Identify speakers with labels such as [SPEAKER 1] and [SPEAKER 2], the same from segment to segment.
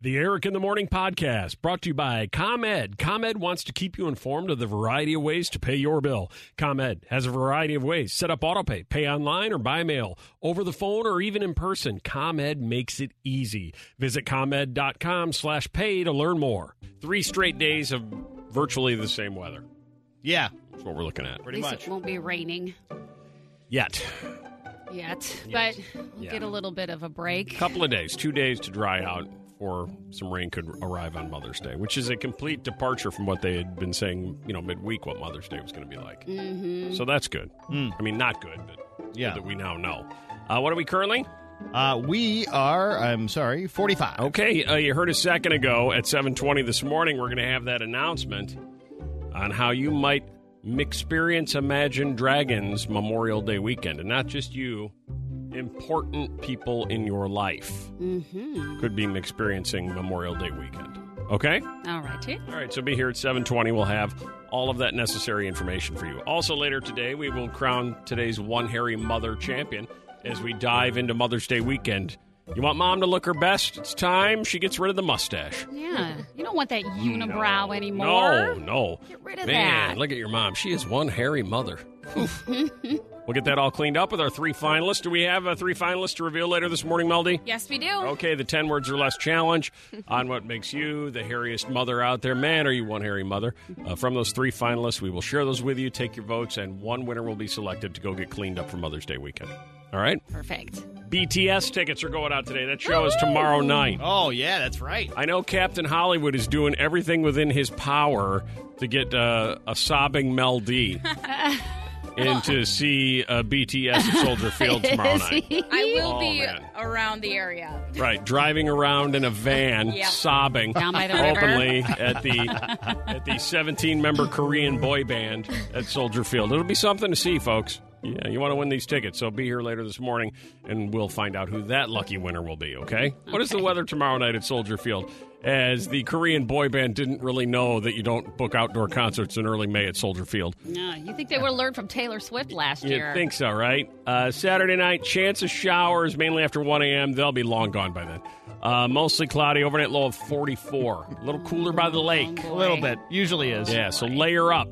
[SPEAKER 1] The Eric in the Morning podcast brought to you by ComEd. ComEd wants to keep you informed of the variety of ways to pay your bill. ComEd has a variety of ways set up autopay, pay online or by mail, over the phone or even in person. ComEd makes it easy. Visit ComEd.com slash pay to learn more. Three straight days of virtually the same weather.
[SPEAKER 2] Yeah,
[SPEAKER 1] That's what we're looking at.
[SPEAKER 2] pretty
[SPEAKER 3] At least
[SPEAKER 2] much.
[SPEAKER 3] it won't be raining
[SPEAKER 1] Yet.
[SPEAKER 3] yet,
[SPEAKER 1] Yes.
[SPEAKER 3] but we'll
[SPEAKER 1] Yeah.
[SPEAKER 3] get a little bit of a
[SPEAKER 1] A
[SPEAKER 3] break.
[SPEAKER 1] couple of days, two days to dry out or some rain could arrive on Mother's Day, which is a complete departure from what they had been saying, you know, midweek what Mother's Day was going to be like.
[SPEAKER 3] Mm-hmm.
[SPEAKER 1] So that's good.
[SPEAKER 2] Mm.
[SPEAKER 1] I mean, not good, but good
[SPEAKER 2] Yeah.
[SPEAKER 1] that we now know. Uh, what are we currently?
[SPEAKER 2] Uh, we are, I'm sorry, 45.
[SPEAKER 1] Okay, uh, you heard a second ago at 7:20 this morning. We're going to have that announcement on how you might m- experience Imagine Dragons Memorial Day weekend, and not just you, important people in your life
[SPEAKER 3] Mm-hmm.
[SPEAKER 1] could be experiencing Memorial Day weekend. Okay.
[SPEAKER 3] All righty.
[SPEAKER 1] All right, so be here at 7:20. We'll have all of that necessary information for you. Also later today, we will crown today's one hairy mother champion as we dive into Mother's Day weekend. You want mom to look her best? It's time she gets rid of the mustache.
[SPEAKER 3] Yeah. You don't want that unibrow
[SPEAKER 1] No.
[SPEAKER 3] anymore.
[SPEAKER 1] No, no.
[SPEAKER 3] Get rid of
[SPEAKER 1] Man,
[SPEAKER 3] that.
[SPEAKER 1] look at your mom. She is one hairy mother. Oof. we'll get that all cleaned up with our three finalists. Do we have uh, three finalists to reveal later this morning, Melody?
[SPEAKER 3] Yes, we do.
[SPEAKER 1] Okay, the 10 words or less challenge on what makes you the hairiest mother out there. Man, are you one hairy mother? Uh, from those three finalists, we will share those with you, take your votes, and one winner will be selected to go get cleaned up for Mother's Day weekend. All right?
[SPEAKER 3] Perfect.
[SPEAKER 1] BTS tickets are going out today. That show is tomorrow night.
[SPEAKER 2] Oh, yeah, that's right.
[SPEAKER 1] I know Captain Hollywood is doing everything within his power to get uh, a sobbing Mel D in to see uh, BTS at Soldier Field tomorrow night.
[SPEAKER 4] I will
[SPEAKER 1] Oh,
[SPEAKER 4] be
[SPEAKER 1] man.
[SPEAKER 4] around the area.
[SPEAKER 1] Right, driving around in a van,
[SPEAKER 4] Yeah.
[SPEAKER 1] sobbing
[SPEAKER 3] Down by the river.
[SPEAKER 1] openly at the at the 17 member Korean boy band at Soldier Field. It'll be something to see, folks. Yeah, you want to win these tickets, so be here later this morning, and we'll find out who that lucky winner will be. Okay? What is the weather tomorrow night at Soldier Field? As the Korean boy band didn't really know that you don't book outdoor concerts in early May at Soldier Field.
[SPEAKER 3] No, you think they would have learned from Taylor Swift last
[SPEAKER 1] You
[SPEAKER 3] year?
[SPEAKER 1] think so, right? Uh, Saturday night, chance of showers, mainly after 1 a.m. They'll be long gone by then. Uh, mostly cloudy, overnight low of 44. A little cooler by the lake.
[SPEAKER 2] A little bit. Usually is.
[SPEAKER 1] Yeah, so layer up.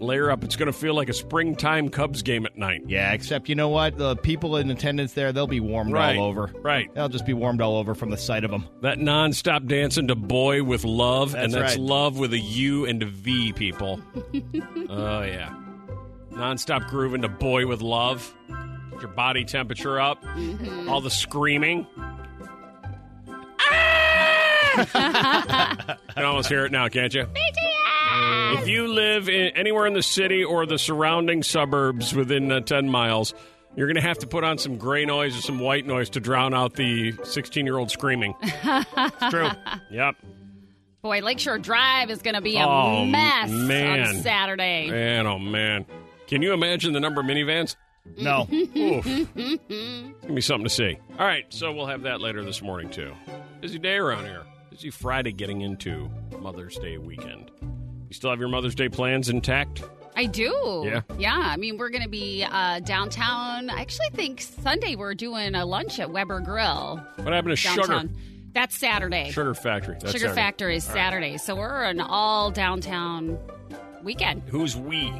[SPEAKER 1] Layer up. It's going to feel like a springtime Cubs game at night.
[SPEAKER 2] Yeah, except you know what? The people in attendance there, they'll be warmed all over.
[SPEAKER 1] Right.
[SPEAKER 2] They'll just be warmed all over from the sight of them.
[SPEAKER 1] That nonstop dancing to Boy with Love, and
[SPEAKER 2] That's
[SPEAKER 1] that's
[SPEAKER 2] right.
[SPEAKER 1] love with a U and a V, people. oh, yeah. Nonstop grooving to Boy with Love. Get your body temperature up. All the screaming. I can almost hear it now, can't you? If you live in, anywhere in the city or the surrounding suburbs within uh, 10 miles, you're going to have to put on some gray noise or some white noise to drown out the 16 year old screaming.
[SPEAKER 2] It's true.
[SPEAKER 1] Yep.
[SPEAKER 3] Boy, Lakeshore Drive is going to be a
[SPEAKER 1] Oh,
[SPEAKER 3] mess
[SPEAKER 1] man.
[SPEAKER 3] on Saturday.
[SPEAKER 1] Man, oh man. Can you imagine the number of minivans?
[SPEAKER 2] no.
[SPEAKER 1] Oof. It's gonna be something to see. All right, so we'll have that later this morning too. Busy day around here. Busy Friday getting into Mother's Day weekend. You still have your Mother's Day plans intact?
[SPEAKER 3] I do.
[SPEAKER 1] Yeah.
[SPEAKER 3] I mean, we're going to be uh, downtown. I actually think Sunday we're doing a lunch at Weber Grill
[SPEAKER 1] What happened to
[SPEAKER 3] downtown. That's Saturday.
[SPEAKER 1] Sugar? Sugar Factory. That's
[SPEAKER 3] Sugar
[SPEAKER 1] Saturday.
[SPEAKER 3] Factory is Saturday. So we're an all downtown weekend.
[SPEAKER 1] Who's we?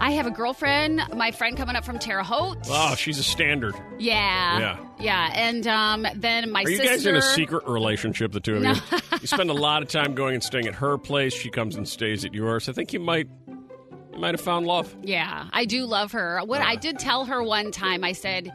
[SPEAKER 3] I have a girlfriend, my friend coming up from Terre Haute.
[SPEAKER 1] Oh, she's a standard.
[SPEAKER 3] Yeah.
[SPEAKER 1] Yeah.
[SPEAKER 3] Yeah. And um, then my
[SPEAKER 1] Are you
[SPEAKER 3] sister.
[SPEAKER 1] guys in a secret relationship, the two of you? you spend a lot of time going and staying at her place. She comes and stays at yours. I think you might you might have found love.
[SPEAKER 3] Yeah, I do love her. What I did tell her one time, I said,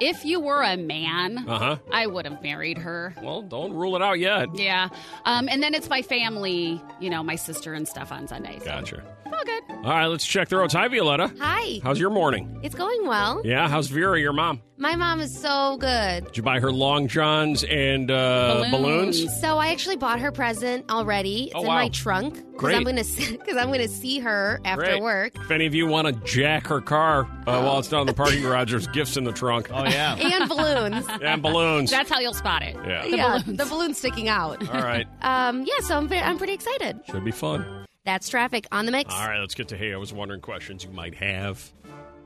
[SPEAKER 3] if you were a man,
[SPEAKER 1] Uh-huh.
[SPEAKER 3] I would have married her.
[SPEAKER 1] Well, don't rule it out yet.
[SPEAKER 3] Yeah. Um, and then it's my family, you know, my sister and stuff on Sundays.
[SPEAKER 1] Gotcha.
[SPEAKER 3] It's all good.
[SPEAKER 1] All right, let's check the roads. Hi, Violetta.
[SPEAKER 4] Hi.
[SPEAKER 1] How's your morning?
[SPEAKER 4] It's going well.
[SPEAKER 1] Yeah, how's Vera, your mom?
[SPEAKER 4] My mom is so good.
[SPEAKER 1] Did you buy her long johns and uh,
[SPEAKER 3] Balloons.
[SPEAKER 4] So I actually bought her present already. It's
[SPEAKER 1] Oh,
[SPEAKER 4] in
[SPEAKER 1] wow.
[SPEAKER 4] my trunk because
[SPEAKER 1] Great.
[SPEAKER 4] I'm gonna because I'm gonna see her after
[SPEAKER 1] Great.
[SPEAKER 4] work.
[SPEAKER 1] If any of you want to jack her car uh, while it's down in the parking garage, there's gifts in the trunk
[SPEAKER 2] Oh yeah.
[SPEAKER 4] And balloons.
[SPEAKER 1] and balloons.
[SPEAKER 3] That's how you'll spot it.
[SPEAKER 1] yeah.
[SPEAKER 4] yeah, the balloons sticking out.
[SPEAKER 1] All right.
[SPEAKER 4] Um, yeah, so I'm, pre- I'm pretty excited.
[SPEAKER 1] Should be fun.
[SPEAKER 4] That's traffic on the mix.
[SPEAKER 1] All right, let's get to hey, I was wondering questions you might have,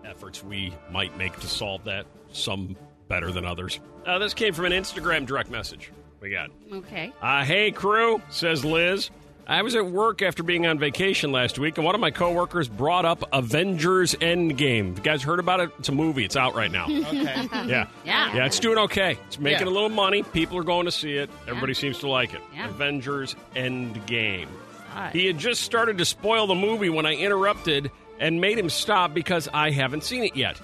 [SPEAKER 1] efforts we might make to solve that, some better than others. Uh, this came from an Instagram direct message we got.
[SPEAKER 3] Okay.
[SPEAKER 1] Uh, hey, crew, says Liz. I was at work after being on vacation last week, and one of my coworkers brought up Avengers Endgame. You guys heard about it? It's a movie. It's out right now.
[SPEAKER 2] Okay.
[SPEAKER 1] yeah.
[SPEAKER 3] Yeah.
[SPEAKER 1] Yeah, it's doing okay. It's making
[SPEAKER 2] Yeah.
[SPEAKER 1] a little money. People are going to see it. Everybody seems to like it.
[SPEAKER 3] Yeah.
[SPEAKER 1] Avengers Endgame.
[SPEAKER 3] Alright.
[SPEAKER 1] He had just started to spoil the movie when I interrupted and made him stop because I haven't seen it yet.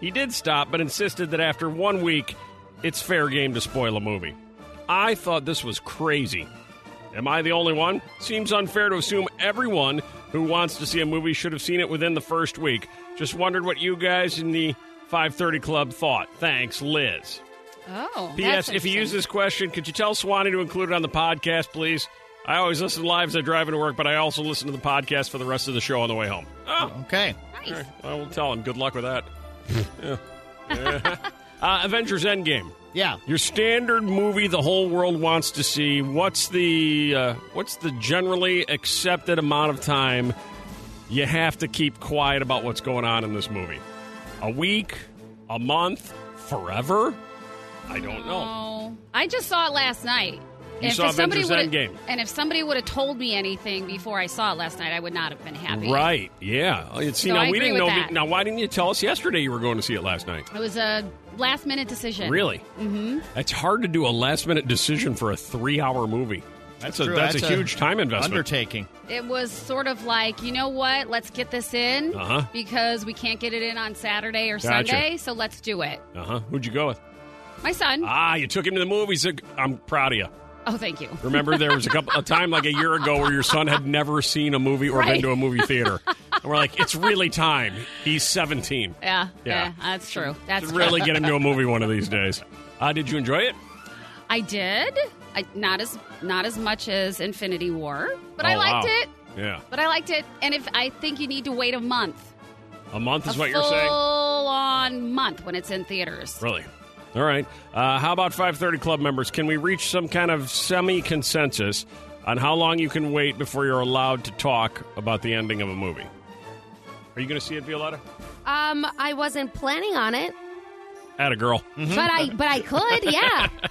[SPEAKER 1] He did stop, but insisted that after one week, it's fair game to spoil a movie. I thought this was crazy. Am I the only one? Seems unfair to assume everyone who wants to see a movie should have seen it within the first week. Just wondered what you guys in the 530 Club thought. Thanks, Liz.
[SPEAKER 3] Oh.
[SPEAKER 1] P.S.
[SPEAKER 3] that's
[SPEAKER 1] If you
[SPEAKER 3] interesting.
[SPEAKER 1] use this question, could you tell Swanee to include it on the podcast, please? I always listen live as I drive into work, but I also listen to the podcast for the rest of the show on the way home. Oh,
[SPEAKER 2] Okay.
[SPEAKER 1] all right.
[SPEAKER 3] Oh.
[SPEAKER 1] I will tell him. Good luck with that. Yeah. Yeah. uh, Avengers Endgame.
[SPEAKER 2] Yeah.
[SPEAKER 1] Your standard movie the whole world wants to see. What's the uh, what's the generally accepted amount of time you have to keep quiet about what's going on in this movie? A week, a month, forever? I don't know.
[SPEAKER 3] Oh. I just saw it last night.
[SPEAKER 1] You
[SPEAKER 3] if
[SPEAKER 1] saw
[SPEAKER 3] somebody
[SPEAKER 1] Avengers
[SPEAKER 3] would've-
[SPEAKER 1] Endgame.
[SPEAKER 3] And if somebody would have told me anything before I saw it last night, I would not have been happy.
[SPEAKER 1] Right? Yeah. Uh, You See,
[SPEAKER 3] So
[SPEAKER 1] now
[SPEAKER 3] I
[SPEAKER 1] we
[SPEAKER 3] agree
[SPEAKER 1] didn't know.
[SPEAKER 3] with that.
[SPEAKER 1] Now, why didn't you tell us yesterday you were going to see it last night?
[SPEAKER 3] It was a last minute decision.
[SPEAKER 1] Really? Mm-hmm. It's hard to do a last minute decision for a three hour movie. That's, a
[SPEAKER 2] True,
[SPEAKER 1] that's, a huge time investment.
[SPEAKER 2] Undertaking.
[SPEAKER 3] It was sort of like, you know what? Let's get this in
[SPEAKER 1] Uh-huh.
[SPEAKER 3] because we can't get it in on Saturday or
[SPEAKER 1] Gotcha.
[SPEAKER 3] Sunday, so let's do it.
[SPEAKER 1] uh huh. Who'd you go with?
[SPEAKER 3] My son.
[SPEAKER 1] Ah, you took him to the movies. I'm proud of you.
[SPEAKER 3] oh, thank you.
[SPEAKER 1] Remember, there was a couple a time like a year ago where your son had never seen a movie or been
[SPEAKER 3] Right.
[SPEAKER 1] to a movie theater, and we're like, it's really time. He's 17.
[SPEAKER 3] Yeah,
[SPEAKER 1] Yeah.
[SPEAKER 3] yeah, that's true. That's
[SPEAKER 1] Should
[SPEAKER 3] true.
[SPEAKER 1] really get him to a movie one of these days. Uh, did you enjoy it?
[SPEAKER 3] I did. I, not as not as much as Infinity War, but I
[SPEAKER 1] Oh,
[SPEAKER 3] liked
[SPEAKER 1] wow.
[SPEAKER 3] it.
[SPEAKER 1] Yeah,
[SPEAKER 3] But I liked it. And if I think you need to wait a month,
[SPEAKER 1] a month is
[SPEAKER 3] a
[SPEAKER 1] what
[SPEAKER 3] full
[SPEAKER 1] you're saying.
[SPEAKER 3] on month when it's in theaters.
[SPEAKER 1] Really? All right. Uh, how about 530 Club members? Can we reach some kind of semi consensus on how long you can wait before you're allowed to talk about the ending of a movie? Are you going to see it, Violetta?
[SPEAKER 4] Um, I wasn't planning on it,
[SPEAKER 1] At a girl.
[SPEAKER 4] but I but I could. Yeah,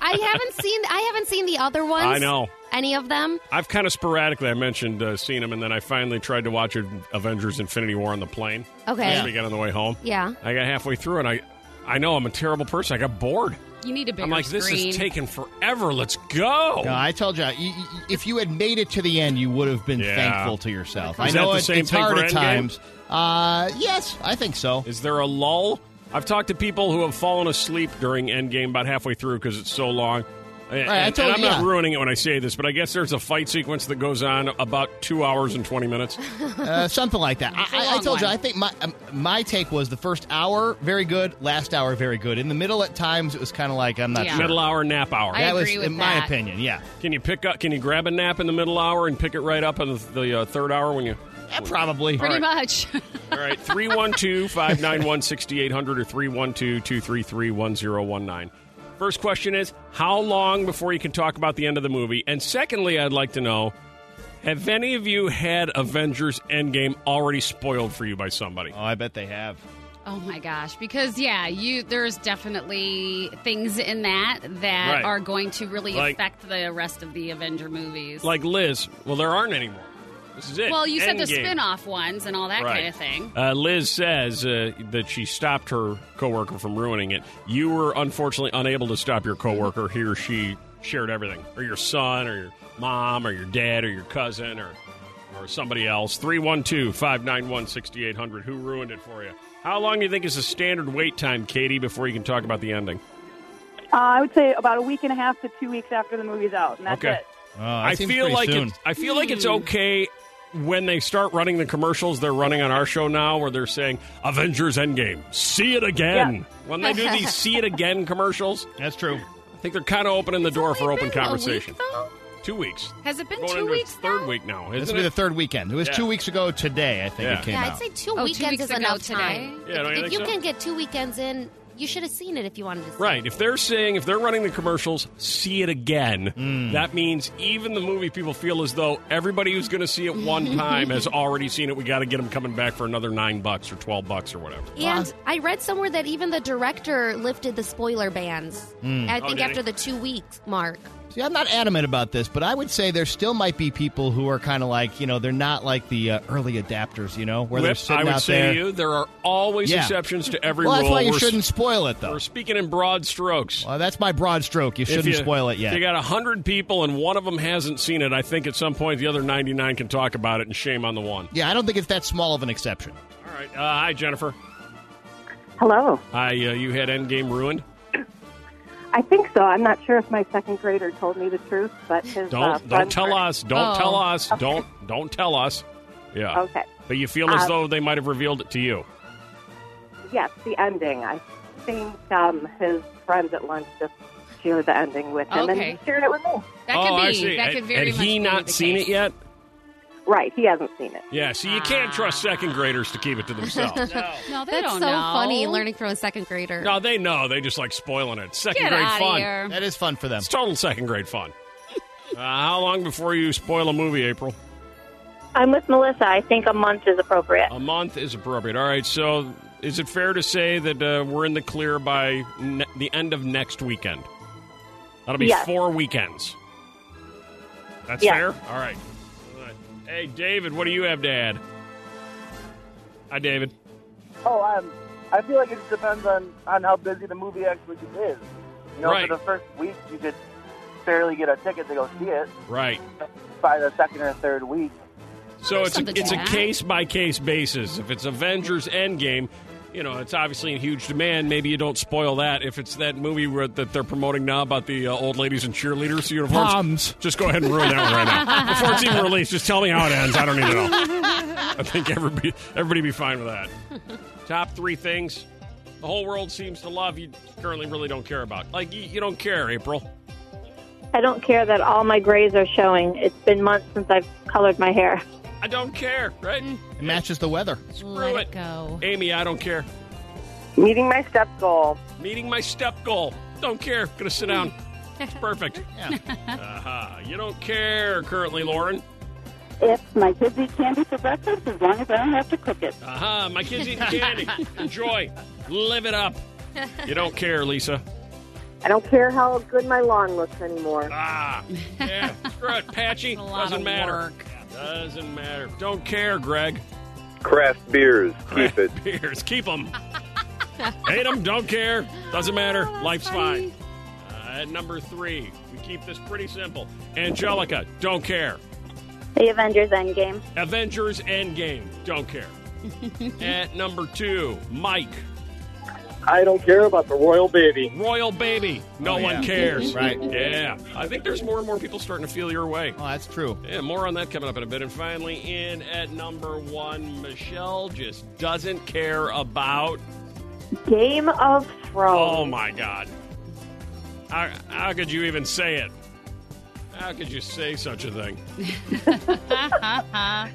[SPEAKER 4] I haven't seen I haven't seen the other ones.
[SPEAKER 1] I know.
[SPEAKER 4] any of them.
[SPEAKER 1] I've kind of sporadically, I mentioned, uh, seen them, and then I finally tried to watch Avengers Infinity War on the plane
[SPEAKER 4] Okay.
[SPEAKER 1] this weekend on the way home.
[SPEAKER 4] Yeah.
[SPEAKER 1] I got halfway through, and I, I know I'm a terrible person. I got bored.
[SPEAKER 3] You need a bigger
[SPEAKER 1] I'm like, this
[SPEAKER 3] screen.
[SPEAKER 1] is taking forever. Let's go.
[SPEAKER 2] No, I told you, you, you- if you had made it to the end, you would have been
[SPEAKER 1] Yeah.
[SPEAKER 2] thankful to yourself.
[SPEAKER 1] Is
[SPEAKER 2] I know
[SPEAKER 1] that the
[SPEAKER 2] it-
[SPEAKER 1] same
[SPEAKER 2] it's
[SPEAKER 1] thing
[SPEAKER 2] hard
[SPEAKER 1] for
[SPEAKER 2] at
[SPEAKER 1] Endgame?
[SPEAKER 2] times. Uh, yes, I think so.
[SPEAKER 1] Is there a lull? I've talked to people who have fallen asleep during Endgame about halfway through because it's so long. And,
[SPEAKER 2] Right, I
[SPEAKER 1] and-
[SPEAKER 2] told-
[SPEAKER 1] and I'm not
[SPEAKER 2] yeah.
[SPEAKER 1] ruining it when I say this, but I guess there's a fight sequence that goes on about two hours and 20 minutes.
[SPEAKER 2] Uh, something like that.
[SPEAKER 3] It's a
[SPEAKER 2] I, I
[SPEAKER 3] long
[SPEAKER 2] told you.
[SPEAKER 3] one.
[SPEAKER 2] I think my um, my take was the first hour very good, last hour very good. In the middle, at times it was kind of like I'm not
[SPEAKER 3] Yeah.
[SPEAKER 2] sure.
[SPEAKER 1] Middle hour, nap hour.
[SPEAKER 3] I-
[SPEAKER 2] that was,
[SPEAKER 3] agree with
[SPEAKER 2] in my
[SPEAKER 3] that.
[SPEAKER 2] opinion, yeah.
[SPEAKER 1] Can you pick up? Can you grab a nap in the middle hour and pick it right up in the, the uh, third hour when you?
[SPEAKER 2] Yeah, probably.
[SPEAKER 3] Pretty much.
[SPEAKER 1] All right, 312 591 6800 or 312 233 1019. First question is How long before you can talk about the end of the movie? And secondly, I'd like to know Have any of you had Avengers Endgame already spoiled for you by somebody?
[SPEAKER 2] Oh, I bet they have.
[SPEAKER 3] Oh my gosh! Because yeah, you there's definitely things in that that
[SPEAKER 1] Right.
[SPEAKER 3] are going to really
[SPEAKER 1] Like-
[SPEAKER 3] affect the rest of the Avenger movies.
[SPEAKER 1] Like Liz, well, there aren't any more. This is it.
[SPEAKER 3] Well, you said the
[SPEAKER 1] Endgame.
[SPEAKER 3] spin off ones and all that
[SPEAKER 1] Right.
[SPEAKER 3] kind of thing.
[SPEAKER 1] Uh, Liz says uh, that she stopped her coworker from ruining it. You were unfortunately unable to stop your coworker. He or she shared everything, or your son, or your mom, or your dad, or your cousin, or or somebody else. 312 591 6800. Who ruined it for you? How long do you think is the standard wait time, Katie, before you can talk about the ending?
[SPEAKER 5] Uh, I would say about a week and a half to two weeks after the movie's out, and that's
[SPEAKER 1] Okay.
[SPEAKER 5] it.
[SPEAKER 2] Oh, that
[SPEAKER 1] I
[SPEAKER 2] seems
[SPEAKER 1] feel
[SPEAKER 2] pretty
[SPEAKER 1] like
[SPEAKER 2] soon.
[SPEAKER 1] it's, I feel like it's okay when they start running the commercials they're running on our show now, where they're saying "Avengers Endgame, see it again." When they do these "see it again" commercials,
[SPEAKER 2] That's true.
[SPEAKER 1] I think they're kind of opening the door for
[SPEAKER 3] Only
[SPEAKER 1] open
[SPEAKER 3] been a
[SPEAKER 1] conversation.
[SPEAKER 3] week, though?
[SPEAKER 1] Two weeks.
[SPEAKER 3] Has it been
[SPEAKER 1] Going
[SPEAKER 3] two
[SPEAKER 1] into
[SPEAKER 3] weeks?
[SPEAKER 1] Its third
[SPEAKER 3] now?
[SPEAKER 1] week now,
[SPEAKER 2] This
[SPEAKER 1] isn't
[SPEAKER 2] will be the
[SPEAKER 1] it?
[SPEAKER 2] third weekend. It was
[SPEAKER 1] Yeah.
[SPEAKER 2] two weeks ago today. I think
[SPEAKER 1] Yeah.
[SPEAKER 2] it came
[SPEAKER 4] Yeah,
[SPEAKER 2] out.
[SPEAKER 4] I'd say two
[SPEAKER 3] Oh, two
[SPEAKER 4] weekends
[SPEAKER 3] weeks
[SPEAKER 4] is
[SPEAKER 3] ago
[SPEAKER 4] enough
[SPEAKER 3] today?
[SPEAKER 4] time.
[SPEAKER 1] Yeah, don't you
[SPEAKER 4] if
[SPEAKER 1] think
[SPEAKER 4] you
[SPEAKER 1] so?
[SPEAKER 4] can get two weekends in, you should have seen it if you wanted to. See
[SPEAKER 1] Right.
[SPEAKER 4] It.
[SPEAKER 1] If they're saying if they're running the commercials, see it again.
[SPEAKER 2] Hmm.
[SPEAKER 1] That means even the movie people feel as though everybody who's going to see it one time has already seen it. We got to get them coming back for another nine bucks or twelve bucks or whatever.
[SPEAKER 4] And I read somewhere that even the director lifted the spoiler bans.
[SPEAKER 2] Hmm.
[SPEAKER 4] I think
[SPEAKER 1] Oh, did he?
[SPEAKER 4] after the two weeks mark.
[SPEAKER 2] See, I'm not adamant about this, but I would say there still might be people who are kind of like, you know, they're not like the uh, early adapters, you know, where they're
[SPEAKER 1] Whip,
[SPEAKER 2] sitting
[SPEAKER 1] I would
[SPEAKER 2] out
[SPEAKER 1] say
[SPEAKER 2] there.
[SPEAKER 1] to you, there are always
[SPEAKER 2] Yeah.
[SPEAKER 1] exceptions to every
[SPEAKER 2] well,
[SPEAKER 1] rule.
[SPEAKER 2] that's why you
[SPEAKER 1] We're-
[SPEAKER 2] shouldn't spoil it, though.
[SPEAKER 1] We're speaking in broad strokes.
[SPEAKER 2] Well, that's my broad stroke. You
[SPEAKER 1] If
[SPEAKER 2] shouldn't
[SPEAKER 1] you-
[SPEAKER 2] spoil it
[SPEAKER 1] If
[SPEAKER 2] yet.
[SPEAKER 1] you got 100 people and one of them hasn't seen it, I think at some point the other 99 can talk about it and shame on the one.
[SPEAKER 2] Yeah, I don't think it's that small of an exception.
[SPEAKER 1] All right. Uh, hi, Jennifer.
[SPEAKER 5] Hello.
[SPEAKER 1] Hi, uh, you had Endgame ruined?
[SPEAKER 5] I think so. I'm not sure if my second grader told me the truth, but his
[SPEAKER 1] Don't
[SPEAKER 5] uh,
[SPEAKER 1] don't
[SPEAKER 5] friend-
[SPEAKER 1] tell us. Don't
[SPEAKER 3] Oh.
[SPEAKER 1] tell us. Don't don't tell us. Yeah.
[SPEAKER 5] Okay.
[SPEAKER 1] But you feel as
[SPEAKER 5] Um,
[SPEAKER 1] though they might have revealed it to you.
[SPEAKER 5] Yes, the ending. I think um, his friends at lunch just shared the ending with him,
[SPEAKER 3] Okay.
[SPEAKER 5] and he shared it with me.
[SPEAKER 3] That
[SPEAKER 1] oh,
[SPEAKER 3] could be.
[SPEAKER 1] I see.
[SPEAKER 3] That
[SPEAKER 1] Had-
[SPEAKER 3] could very
[SPEAKER 1] had
[SPEAKER 3] much
[SPEAKER 1] he
[SPEAKER 3] be
[SPEAKER 1] not
[SPEAKER 3] the
[SPEAKER 1] seen
[SPEAKER 3] case.
[SPEAKER 1] it yet?
[SPEAKER 5] Right? He hasn't seen it.
[SPEAKER 1] Yeah. See, you can't trust
[SPEAKER 3] Ah.
[SPEAKER 1] second graders to keep it to themselves.
[SPEAKER 3] No, they
[SPEAKER 4] That's so
[SPEAKER 3] don't know.
[SPEAKER 4] funny learning from a second grader.
[SPEAKER 1] no, they know. They just like spoiling it. Second
[SPEAKER 3] Get
[SPEAKER 1] grade
[SPEAKER 3] out
[SPEAKER 1] fun.
[SPEAKER 3] of here.
[SPEAKER 2] That is fun for them.
[SPEAKER 1] It's total second grade fun. Uh, how long before you spoil a movie, April?
[SPEAKER 5] I'm with Melissa. I think a month is appropriate.
[SPEAKER 1] A month is appropriate. All right, so is it fair to say that uh, we're in the clear by ne- the end of next weekend? That'll be
[SPEAKER 5] Yes.
[SPEAKER 1] four weekends. That's
[SPEAKER 5] Yes.
[SPEAKER 1] fair? All right. All right. Hey, David, what do you have to add? Hi, David.
[SPEAKER 6] Oh, um, I feel like it just depends on, on how busy the movie actually is. You know,
[SPEAKER 1] Right.
[SPEAKER 6] for the first week, you could barely get a ticket to go see it.
[SPEAKER 1] Right.
[SPEAKER 6] By the second or third week,
[SPEAKER 1] So it's
[SPEAKER 3] Something
[SPEAKER 1] a,
[SPEAKER 3] to
[SPEAKER 1] it's a
[SPEAKER 3] that.
[SPEAKER 1] case by case basis. If it's Avengers Endgame, you know it's obviously in huge demand. Maybe you don't spoil that. If it's that movie where, that they're promoting now about the uh, old ladies in cheerleaders uniforms,
[SPEAKER 2] Moms.
[SPEAKER 1] just go ahead and ruin that one right now before it's even released. Just tell me how it ends. I don't need to know. I think everybody everybody be fine with that. Top three things the whole world seems to love you currently really don't care about. Like you, you don't care, April.
[SPEAKER 5] I don't care that all my grays are showing. It's been months since I've colored my hair.
[SPEAKER 1] I don't care. Right?
[SPEAKER 2] It matches the weather.
[SPEAKER 1] Screw
[SPEAKER 4] Let
[SPEAKER 1] it.
[SPEAKER 4] it go.
[SPEAKER 1] Amy, I don't care.
[SPEAKER 5] Meeting my step goal.
[SPEAKER 1] meeting my step goal. Don't care. Gonna sit down. It's perfect.
[SPEAKER 2] Yeah.
[SPEAKER 1] Aha. You don't care currently, Lauren.
[SPEAKER 5] If my kids eat candy for breakfast, as long as I don't have to cook it.
[SPEAKER 1] Aha. Uh-huh. My kids eating candy. Enjoy. Live it up. You don't care, Lisa.
[SPEAKER 5] I don't care how good my lawn looks anymore.
[SPEAKER 1] Ah. Yeah. Screw it. Patchy.
[SPEAKER 3] That's a lot
[SPEAKER 1] Doesn't
[SPEAKER 3] of
[SPEAKER 1] matter.
[SPEAKER 3] work.
[SPEAKER 1] Doesn't matter. Don't care, Greg.
[SPEAKER 6] craft beers, keep it.
[SPEAKER 1] Beers. Keep them. Hate them. Don't care. Doesn't matter.
[SPEAKER 3] Oh,
[SPEAKER 1] Life's fine. Uh, at number three, we keep this pretty simple. Angelica, don't care.
[SPEAKER 5] The Avengers Endgame.
[SPEAKER 1] Avengers Endgame. Don't care. At number two, Mike.
[SPEAKER 6] I don't care about the royal baby.
[SPEAKER 1] Royal Baby. No
[SPEAKER 2] Oh, yeah.
[SPEAKER 1] one cares.
[SPEAKER 2] Right.
[SPEAKER 1] Yeah. I think there's more and more people starting to feel your way.
[SPEAKER 2] Oh, that's true.
[SPEAKER 1] Yeah, more on that coming up in a bit. And finally, in at number one, Michelle just doesn't care about.
[SPEAKER 5] Game of
[SPEAKER 1] Oh,
[SPEAKER 5] Thrones.
[SPEAKER 1] my God. How, how could you even say it? How could you say such a thing?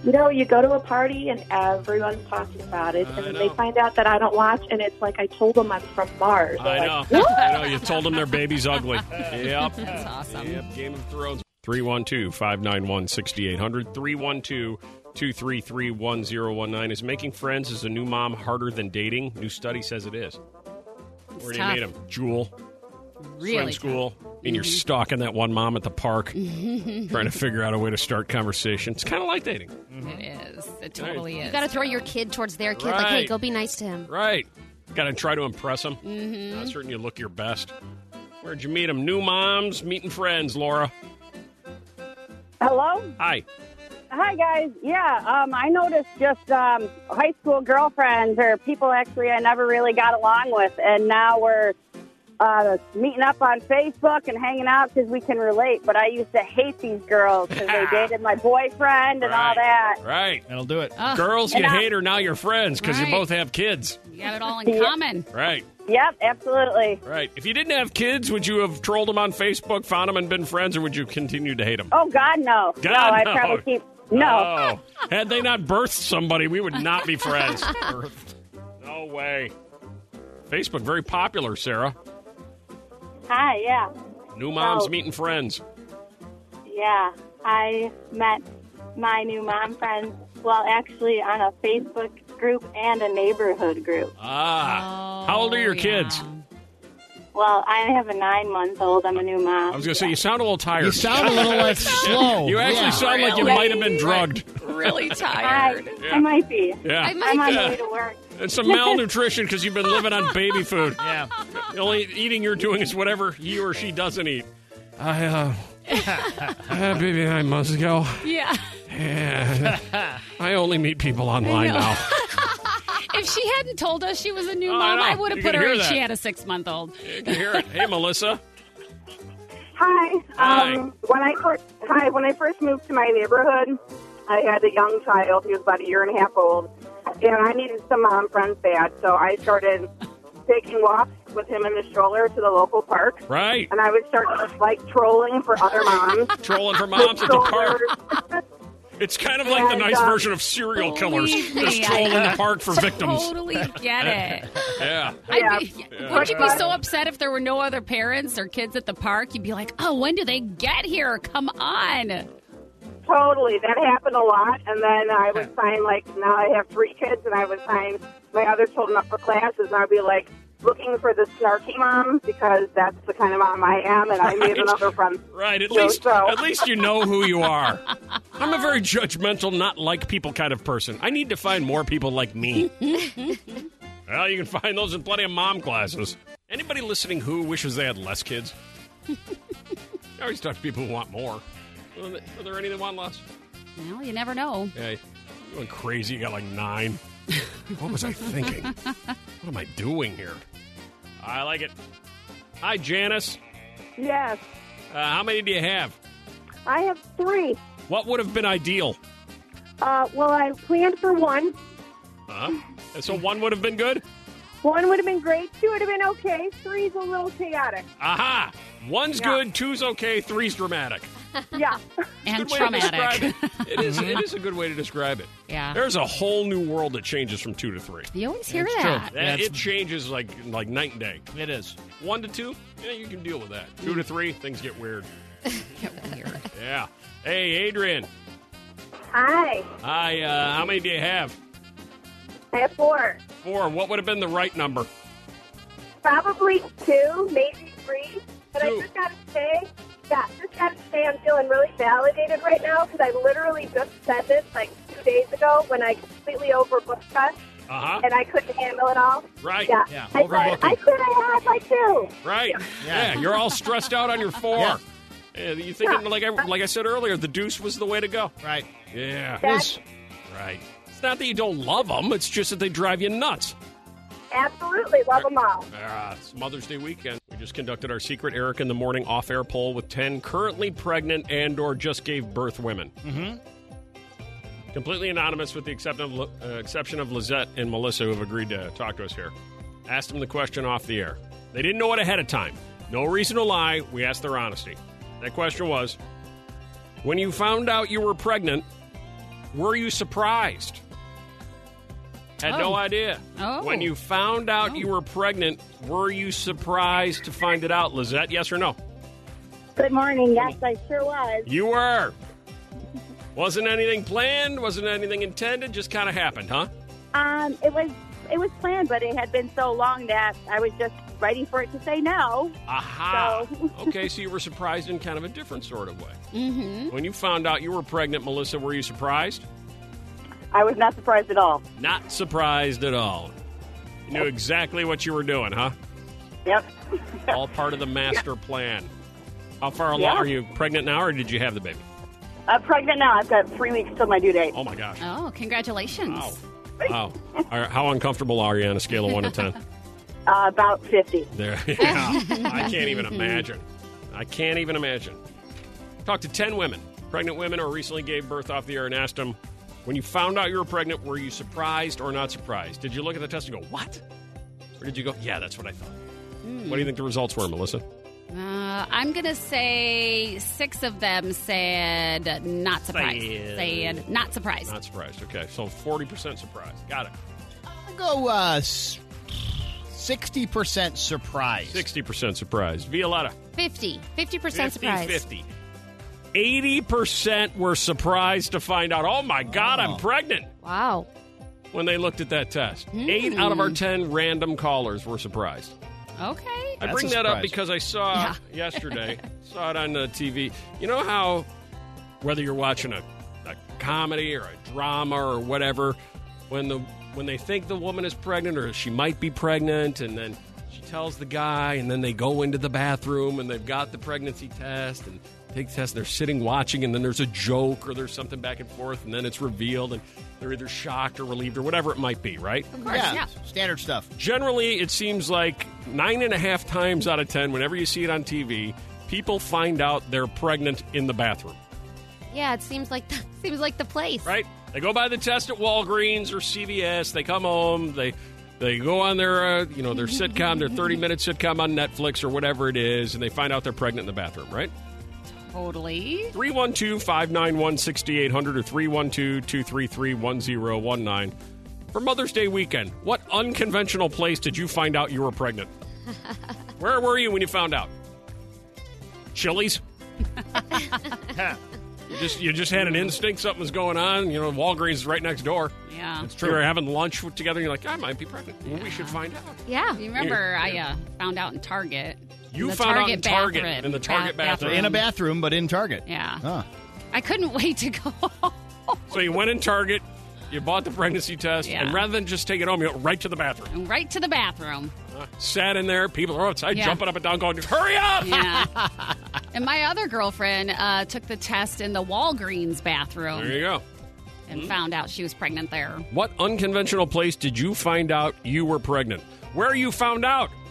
[SPEAKER 5] You know, you go to a party and everyone's talking about it,
[SPEAKER 1] I
[SPEAKER 5] and then
[SPEAKER 1] know.
[SPEAKER 5] they find out that I don't watch, and it's like I told them I'm from Mars. They're
[SPEAKER 1] I
[SPEAKER 5] like,
[SPEAKER 1] know. I know. You told them their baby's ugly. Yep.
[SPEAKER 3] That's awesome.
[SPEAKER 1] Yep, Game of Thrones. 312 591 6800. 312 233 1019. Is making friends as a new mom harder than dating? New study says it is. Where do you
[SPEAKER 3] tough.
[SPEAKER 1] meet them? Jewel.
[SPEAKER 3] Really Mm-hmm.
[SPEAKER 1] Swim school, and you're stalking that one mom at the park, trying to figure out a way to start conversation. It's kind of like dating,
[SPEAKER 3] tough. It is. It totally is.
[SPEAKER 4] You got to throw your kid towards their kid. Like, hey,
[SPEAKER 1] Right.
[SPEAKER 4] go be nice to him.
[SPEAKER 1] right? Got to try to impress them. Mm-hmm. Not certain you look your best. Where'd you meet them? New moms meeting friends. Laura,
[SPEAKER 5] Hello?
[SPEAKER 1] hi.
[SPEAKER 5] Hi, guys. Yeah, um, I noticed just um, high school girlfriends or people actually I never really got along with, and now we're uh, meeting up on Facebook and hanging out because we can relate. But I used to hate these girls because they dated my boyfriend and all
[SPEAKER 1] Right.
[SPEAKER 5] that.
[SPEAKER 1] Right.
[SPEAKER 2] That'll do it.
[SPEAKER 3] Ugh,
[SPEAKER 1] Girls, you
[SPEAKER 5] And I-
[SPEAKER 1] hate her now. You're friends because you
[SPEAKER 3] Ah. Right.
[SPEAKER 1] both have kids.
[SPEAKER 3] you got it all in common.
[SPEAKER 1] Right.
[SPEAKER 5] Yep, absolutely.
[SPEAKER 1] Right. If you didn't have kids, would you have trolled them on Facebook, found them, and been friends, or would you continue to hate them?
[SPEAKER 5] Oh God, no.
[SPEAKER 1] God,
[SPEAKER 5] no, I
[SPEAKER 1] no. Oh,
[SPEAKER 5] probably keep
[SPEAKER 3] Oh,
[SPEAKER 5] no.
[SPEAKER 1] Had they not birthed somebody, we would not be friends. No way. Facebook very popular, Sarah.
[SPEAKER 5] Hi, yeah,
[SPEAKER 1] New moms
[SPEAKER 3] Oh.
[SPEAKER 5] No.
[SPEAKER 1] meeting friends.
[SPEAKER 5] yeah. I met my new mom friends. Well, actually, on a Facebook group and a neighborhood group.
[SPEAKER 1] Ah. How old are your
[SPEAKER 3] Oh, yeah.
[SPEAKER 1] kids?
[SPEAKER 3] Um,
[SPEAKER 5] Well, I have a nine month old. I'm a new mom.
[SPEAKER 1] I was going to say you sound a little tired.
[SPEAKER 2] You sound a little like slow.
[SPEAKER 1] You actually
[SPEAKER 2] Yeah.
[SPEAKER 1] sound like you
[SPEAKER 3] Really?
[SPEAKER 1] might have been drugged.
[SPEAKER 3] Really
[SPEAKER 5] I,
[SPEAKER 3] tired.
[SPEAKER 1] Yeah.
[SPEAKER 5] I might be.
[SPEAKER 1] Yeah.
[SPEAKER 3] I might-
[SPEAKER 5] I'm on
[SPEAKER 1] Yeah.
[SPEAKER 5] my way to work.
[SPEAKER 1] And some malnutrition because you've been living on baby food.
[SPEAKER 2] Yeah.
[SPEAKER 1] The only eating you're doing is whatever he or she doesn't eat. I, uh, uh baby, nine months ago,
[SPEAKER 3] Yeah.
[SPEAKER 1] and I only meet people online
[SPEAKER 3] know.
[SPEAKER 1] now.
[SPEAKER 3] If she hadn't told us she was a new
[SPEAKER 1] Oh, I
[SPEAKER 3] mom,
[SPEAKER 1] know.
[SPEAKER 3] I, would have
[SPEAKER 1] You
[SPEAKER 3] put
[SPEAKER 1] can
[SPEAKER 3] her
[SPEAKER 1] hear
[SPEAKER 3] in.
[SPEAKER 1] that.
[SPEAKER 3] She had a six month old.
[SPEAKER 1] You can hear it. Hey, Melissa.
[SPEAKER 5] Hi.
[SPEAKER 1] Hi.
[SPEAKER 5] Um, when I first, hi, when I first moved to my neighborhood, I had a young child. He was about a year and a half old, and I needed some mom friends bad. So I started taking walks with him in the stroller to the local park,
[SPEAKER 1] Right.
[SPEAKER 5] and I would start like trolling for other moms.
[SPEAKER 1] Trolling for moms at the park.
[SPEAKER 5] Strollers.
[SPEAKER 1] It's kind of like the
[SPEAKER 5] And,
[SPEAKER 1] nice
[SPEAKER 5] um,
[SPEAKER 1] version of serial killers.
[SPEAKER 3] uh, Believe
[SPEAKER 1] Just
[SPEAKER 3] me, I
[SPEAKER 1] trolling the park for victims.
[SPEAKER 3] Totally get it.
[SPEAKER 1] Yeah.
[SPEAKER 3] I'd be-
[SPEAKER 1] Yeah. um,
[SPEAKER 3] Would you be so upset if there were no other parents or kids at the park? You'd be like, oh, when do they get here? Come on.
[SPEAKER 5] Totally. That happened a lot. And then I would sign, like, now I have three kids, and I would sign my other children up for classes, and I'd be like, looking for the snarky mom because that's the kind of mom I am, and I made another friend.
[SPEAKER 1] Right. At
[SPEAKER 5] So,
[SPEAKER 1] least,
[SPEAKER 5] so.
[SPEAKER 1] at least you know who you are. I'm a very judgmental, not like people kind of person. I need to find more people like me. well, you can find those in plenty of mom classes. Anybody listening who wishes they had less kids? I always talk to people who want more. Are there- are there any that want less?
[SPEAKER 3] Well, you never know.
[SPEAKER 1] Yeah, you went crazy. You got like nine. what was I thinking? What am I doing here? I like it. Hi, Janice.
[SPEAKER 5] Yes.
[SPEAKER 1] Uh, how many do you have?
[SPEAKER 5] I have three.
[SPEAKER 1] What would have been ideal?
[SPEAKER 5] Uh, well, I planned for one.
[SPEAKER 1] Huh? And So one would have been good?
[SPEAKER 5] One would have been great. Two would have been okay. Three's a little chaotic.
[SPEAKER 1] Aha! One's good, two's okay, three's dramatic.
[SPEAKER 5] Yeah.
[SPEAKER 3] And
[SPEAKER 1] Good way to describe
[SPEAKER 3] traumatic.
[SPEAKER 1] it. It
[SPEAKER 2] Mm-hmm.
[SPEAKER 1] is, it is a good way to describe it.
[SPEAKER 3] yeah.
[SPEAKER 1] There's a whole new world that changes from two to three.
[SPEAKER 3] You always hear
[SPEAKER 2] It's
[SPEAKER 3] that.
[SPEAKER 2] true. Yeah,
[SPEAKER 1] it
[SPEAKER 2] it's-
[SPEAKER 1] changes like like night and day.
[SPEAKER 2] It is. Mm.
[SPEAKER 1] One to two, yeah, you can deal with that. Two to three, things get weird.
[SPEAKER 3] Weird.
[SPEAKER 1] Yeah. Hey, Adrian.
[SPEAKER 5] Hi.
[SPEAKER 1] Hi. Uh, how many do you have?
[SPEAKER 5] I have four.
[SPEAKER 1] Four. What would have been the right number?
[SPEAKER 5] Probably two, maybe three. But
[SPEAKER 1] Two.
[SPEAKER 5] I just gotta say, yeah, just gotta say I'm feeling really validated right now because I literally just said this like two days ago when I completely overbooked us
[SPEAKER 1] Uh huh.
[SPEAKER 5] and I couldn't handle it all.
[SPEAKER 1] Right.
[SPEAKER 5] Yeah,
[SPEAKER 2] Yeah,
[SPEAKER 5] I, said, I
[SPEAKER 2] overbooking.
[SPEAKER 5] said I had like two.
[SPEAKER 1] Right. Yeah.
[SPEAKER 2] Yeah.
[SPEAKER 1] You're all stressed out on your four.
[SPEAKER 2] Yeah.
[SPEAKER 1] Yeah, you thinking like I like I said earlier, the deuce was the way to go.
[SPEAKER 2] Right.
[SPEAKER 1] Yeah.
[SPEAKER 5] That's
[SPEAKER 1] Right. It's not that you don't love them; it's just that they drive you nuts.
[SPEAKER 5] absolutely love them all.
[SPEAKER 1] Ah, it's Mother's Day weekend. We just conducted our secret Eric in the morning off-air poll with ten currently pregnant and/or just gave birth women. Mm-hmm. Completely anonymous, with the exception of, uh, exception of Lizette and Melissa, who have agreed to talk to us here. Asked them the question off the air. They didn't know it ahead of time. No reason to lie. We asked their honesty. That question was: When you found out you were pregnant, were you surprised? Had no
[SPEAKER 3] Oh.
[SPEAKER 1] idea.
[SPEAKER 3] Oh.
[SPEAKER 1] When you found out you were pregnant, were you surprised to find it out, Lizette? Yes or no?
[SPEAKER 5] Good morning. Yes, I sure was.
[SPEAKER 1] You were. Wasn't anything planned, wasn't anything intended, just kind of happened, huh?
[SPEAKER 5] Um, it was it was planned, but it had been so long that I was just ready for it to say no.
[SPEAKER 1] Aha. okay, so you were surprised in kind of a different sort of way. Mm-hmm. When you found out you were pregnant, Melissa, were you surprised?
[SPEAKER 5] I was not surprised at all.
[SPEAKER 1] Not surprised at all. You knew exactly what you were doing, huh?
[SPEAKER 5] Yep.
[SPEAKER 1] All part of the master plan. How far along
[SPEAKER 5] Yeah.
[SPEAKER 1] are you pregnant now, or did you have the baby?
[SPEAKER 5] I'm pregnant now. I've got three weeks till my due date.
[SPEAKER 1] Oh my gosh!
[SPEAKER 3] Oh, congratulations.
[SPEAKER 1] Wow. Wow. All right, how uncomfortable are you on a scale of one to ten?
[SPEAKER 5] Uh, about 50.
[SPEAKER 1] There. Yeah. I can't even imagine. I can't even imagine. Talked to 10 women, pregnant women who recently gave birth off the air and asked them, when you found out you were pregnant, were you surprised or not surprised? Did you look at the test and go, what? Or did you go, yeah, that's what I thought? What do you think the results were, Melissa?
[SPEAKER 3] Uh, I'm going to say six of them said not surprised.
[SPEAKER 1] Said.
[SPEAKER 3] Said not surprised.
[SPEAKER 1] Not surprised. Okay, so 40% surprised. Got it.
[SPEAKER 2] I'll go uh, s- 60% surprise.
[SPEAKER 1] 60% surprised. Violetta,
[SPEAKER 4] 50. 50%
[SPEAKER 1] 50
[SPEAKER 4] surprise.
[SPEAKER 1] 50. 80% were surprised to find out, oh my God, I'm pregnant.
[SPEAKER 4] Wow.
[SPEAKER 1] when they looked at that test. Eight out of our ten random callers were surprised.
[SPEAKER 3] Okay.
[SPEAKER 1] I
[SPEAKER 2] That's
[SPEAKER 1] bring
[SPEAKER 2] a
[SPEAKER 1] that up
[SPEAKER 2] surprise.
[SPEAKER 1] because I saw yesterday, saw it on the TV. You know how, whether you're watching a, a comedy or a drama or whatever, when the when they think the woman is pregnant or she might be pregnant, and then she tells the guy, and then they go into the bathroom and they've got the pregnancy test and take the test. And they're sitting watching, and then there's a joke or there's something back and forth, and then it's revealed, and they're either shocked or relieved or whatever it might be, right?
[SPEAKER 2] Yeah,
[SPEAKER 3] yeah.
[SPEAKER 2] standard stuff.
[SPEAKER 1] generally it seems like nine and a half times out of ten whenever you see it on tv people find out they're pregnant in the bathroom
[SPEAKER 4] Yeah, it seems like the, seems like the place.
[SPEAKER 1] right they go buy the test at walgreens or cvs they come home they they go on their uh, you know their sitcom their 30 minute sitcom on netflix or whatever it is and they find out they're pregnant in the bathroom right
[SPEAKER 3] Totally.
[SPEAKER 1] 312 591 6800 or 312 233 1019 for Mother's Day weekend, what unconventional place did you find out you were pregnant? Where were you when you found out? Chili's? you, just, you just had an instinct something was going on. You know, Walgreens is right next door.
[SPEAKER 3] Yeah.
[SPEAKER 1] It's true. We were having lunch together, and you're like, I might be pregnant. Well, we should find out.
[SPEAKER 4] Yeah.
[SPEAKER 3] You remember I uh, found out in Target.
[SPEAKER 1] You
[SPEAKER 3] In the
[SPEAKER 1] found out in Target,
[SPEAKER 3] bathroom.
[SPEAKER 1] in the Target
[SPEAKER 3] Ba-
[SPEAKER 1] bathroom.
[SPEAKER 2] In a bathroom, but in Target.
[SPEAKER 3] Yeah.
[SPEAKER 2] Huh.
[SPEAKER 3] I couldn't wait to go.
[SPEAKER 1] So you went in Target, you bought the pregnancy test,
[SPEAKER 3] Yeah.
[SPEAKER 1] and rather than just take it home, you went right to the bathroom.
[SPEAKER 3] right to the bathroom.
[SPEAKER 1] sat in there. People oh, are outside
[SPEAKER 3] Yeah.
[SPEAKER 1] jumping up and down, going, "Hurry up!"
[SPEAKER 3] Yeah. uh, and my other girlfriend uh, took the test in the Walgreens bathroom
[SPEAKER 1] There you go. Mm-hmm.
[SPEAKER 3] and found out she was pregnant there.
[SPEAKER 1] What unconventional place did you find out you were pregnant? Where you found out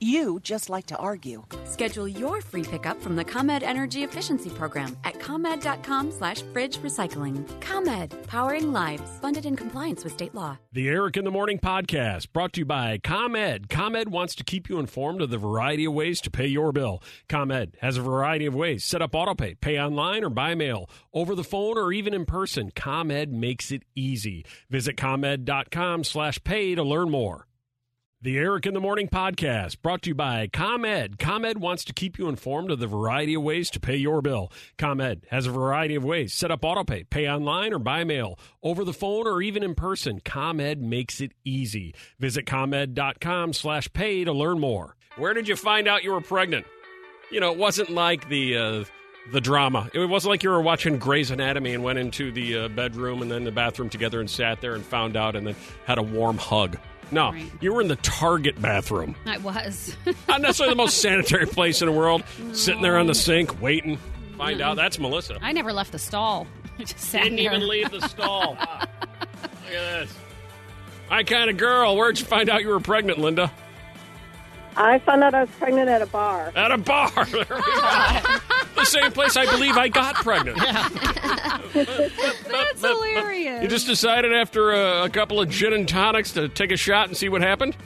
[SPEAKER 7] You just like to argue.
[SPEAKER 8] Schedule your free pickup from the ComEd Energy Efficiency Program at ComEd.com slash fridge recycling. ComEd, powering lives, funded in compliance with state law.
[SPEAKER 1] The Eric in the Morning podcast brought to you by ComEd. ComEd wants to keep you informed of the variety of ways to pay your bill. ComEd has a variety of ways set up autopay, pay online or by mail, over the phone or even in person. ComEd makes it easy. Visit ComEd.com slash pay to learn more. The Eric in the Morning podcast brought to you by ComEd. ComEd wants to keep you informed of the variety of ways to pay your bill. ComEd has a variety of ways set up autopay, pay online or by mail, over the phone or even in person. ComEd makes it easy. Visit ComEd.com slash pay to learn more. Where did you find out you were pregnant? You know, it wasn't like the uh, the drama. It wasn't like you were watching Grey's Anatomy and went into the uh, bedroom and then the bathroom together and sat there and found out and then had a warm hug. No,
[SPEAKER 3] Right.
[SPEAKER 1] you were in the Target bathroom.
[SPEAKER 3] I was.
[SPEAKER 1] Not necessarily the most sanitary place in the world. Sitting there on the sink, waiting. Find out that's Melissa.
[SPEAKER 3] I never left the stall. I just sat
[SPEAKER 1] Didn't
[SPEAKER 3] there.
[SPEAKER 1] even leave the stall. Wow. Look at this. My kind of girl. Where'd you find out you were pregnant, Linda?
[SPEAKER 5] I found out I was pregnant at a bar.
[SPEAKER 1] At a bar. There we go. the same place I believe I got pregnant.
[SPEAKER 3] That's hilarious.
[SPEAKER 1] You just decided after a, a couple of gin and tonics to take a shot and see what happened?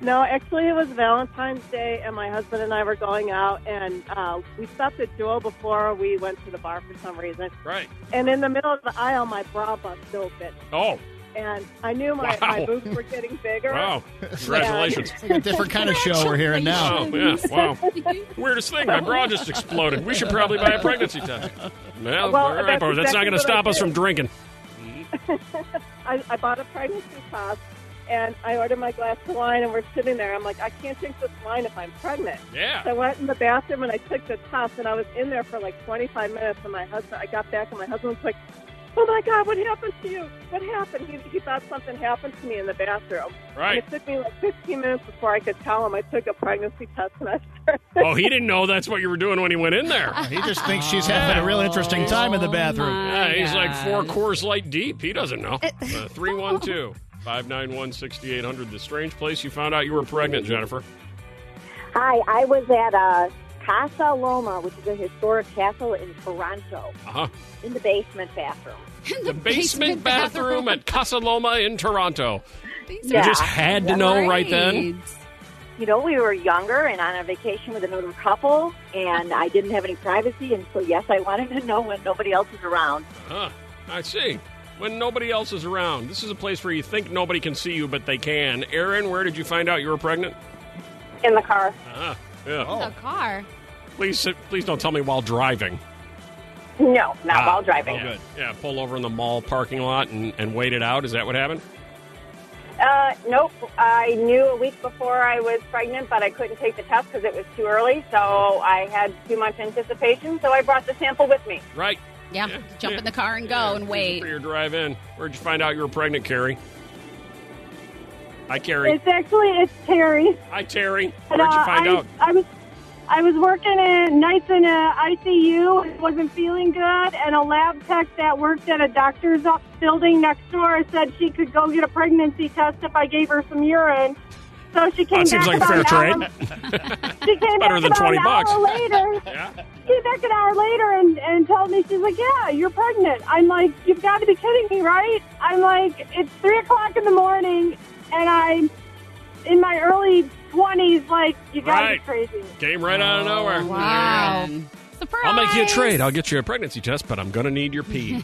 [SPEAKER 9] No, actually, it was Valentine's Day, and my husband and I were going out, and uh, we stopped at Jewel before we went to the bar for some reason.
[SPEAKER 1] Right.
[SPEAKER 9] And in the middle of the aisle, my bra busted open,
[SPEAKER 1] Oh,
[SPEAKER 9] and I knew my,
[SPEAKER 1] Wow.
[SPEAKER 9] my boobs were getting bigger.
[SPEAKER 1] wow. Congratulations.
[SPEAKER 2] It's like a different kind of show we're hearing now.
[SPEAKER 1] Oh, yeah. Wow. Weirdest thing. My bra just exploded. We should probably buy a pregnancy test. Well,
[SPEAKER 9] Well,
[SPEAKER 1] all right,
[SPEAKER 9] that's
[SPEAKER 1] but that's not
[SPEAKER 9] exactly
[SPEAKER 1] going to
[SPEAKER 9] what I
[SPEAKER 1] stop us
[SPEAKER 9] did.
[SPEAKER 1] from drinking.
[SPEAKER 9] I, I bought a pregnancy pass, and I ordered my glass of wine, and we're sitting there. I'm like, I can't drink this wine if I'm pregnant.
[SPEAKER 1] Yeah.
[SPEAKER 9] So I went in the bathroom and I took the top, and I was in there for like 25 minutes. And my husband, I got back, and my husband was like, "Oh my God, what happened to you? What happened?" He, he thought something happened to me in the bathroom.
[SPEAKER 1] Right.
[SPEAKER 9] And it took me like 15 minutes before I could tell him I took a pregnancy test, and I
[SPEAKER 1] Oh, he didn't know that's what you were doing when he went in there.
[SPEAKER 2] He just thinks she's having a real
[SPEAKER 1] Oh.
[SPEAKER 2] interesting time in the bathroom.
[SPEAKER 1] Yeah, he's like four Coors Light deep. He doesn't know. Uh, 312 591 6800. The strange place you found out you were pregnant, Jennifer.
[SPEAKER 10] Hi, I was at uh, Casa Loma, which is a historic castle in Toronto,
[SPEAKER 1] Uh-huh.
[SPEAKER 10] in the basement bathroom.
[SPEAKER 1] The basement bathroom at Casa Loma in Toronto.
[SPEAKER 10] Yeah.
[SPEAKER 1] You just had to know right then.
[SPEAKER 10] You know, we were younger and on a vacation with another couple, and I didn't have any privacy, and so yes, I wanted to know when nobody else was around.
[SPEAKER 1] Huh. I see. When nobody else is around, this is a place where you think nobody can see you, but they can. Aaron, where did you find out you were pregnant?
[SPEAKER 5] in the car.
[SPEAKER 1] Ah, yeah.
[SPEAKER 5] Oh. car.
[SPEAKER 1] Please, please don't tell me while driving.
[SPEAKER 5] No, not
[SPEAKER 1] Ah,
[SPEAKER 5] while driving.
[SPEAKER 1] Yeah, yeah, pull over in the mall parking lot and, and wait it out. Is that what happened?
[SPEAKER 5] Uh, nope. I knew a week before I was pregnant, but I couldn't take the test because it was too early. So I had too much anticipation. So I brought the sample with me.
[SPEAKER 1] Right.
[SPEAKER 3] Yeah, jump in the car and go and wait.
[SPEAKER 1] For your drive in. Where'd you find out you were pregnant, Carrie? Hi, Carrie.
[SPEAKER 5] It's actually it's Terry.
[SPEAKER 1] Hi, Terry.
[SPEAKER 5] And,
[SPEAKER 1] Where'd you
[SPEAKER 5] uh,
[SPEAKER 1] find
[SPEAKER 5] I,
[SPEAKER 1] out?
[SPEAKER 5] I was I was working in nights in uh, a ICU and wasn't feeling good. And a lab tech that worked at a doctor's o- building next door said she could go get a pregnancy test if I gave her some urine. So she came back
[SPEAKER 1] That seems like a
[SPEAKER 5] about
[SPEAKER 1] fair
[SPEAKER 5] an hour-
[SPEAKER 1] trade.
[SPEAKER 5] She came
[SPEAKER 1] Better
[SPEAKER 5] back
[SPEAKER 1] than
[SPEAKER 5] about
[SPEAKER 1] 20
[SPEAKER 5] an
[SPEAKER 1] bucks.
[SPEAKER 5] hour later. Came back an hour later and, and told me she's like, yeah, you're pregnant. I'm like, you've got to be kidding me, right? I'm like, it's three o'clock in the morning, and I'm in my early twenties. Like, you got to be
[SPEAKER 1] Right.
[SPEAKER 5] crazy.
[SPEAKER 1] Came right out of nowhere.
[SPEAKER 5] wow.
[SPEAKER 1] I'll make you a trade. I'll get you a pregnancy test, but I'm going to need your pee.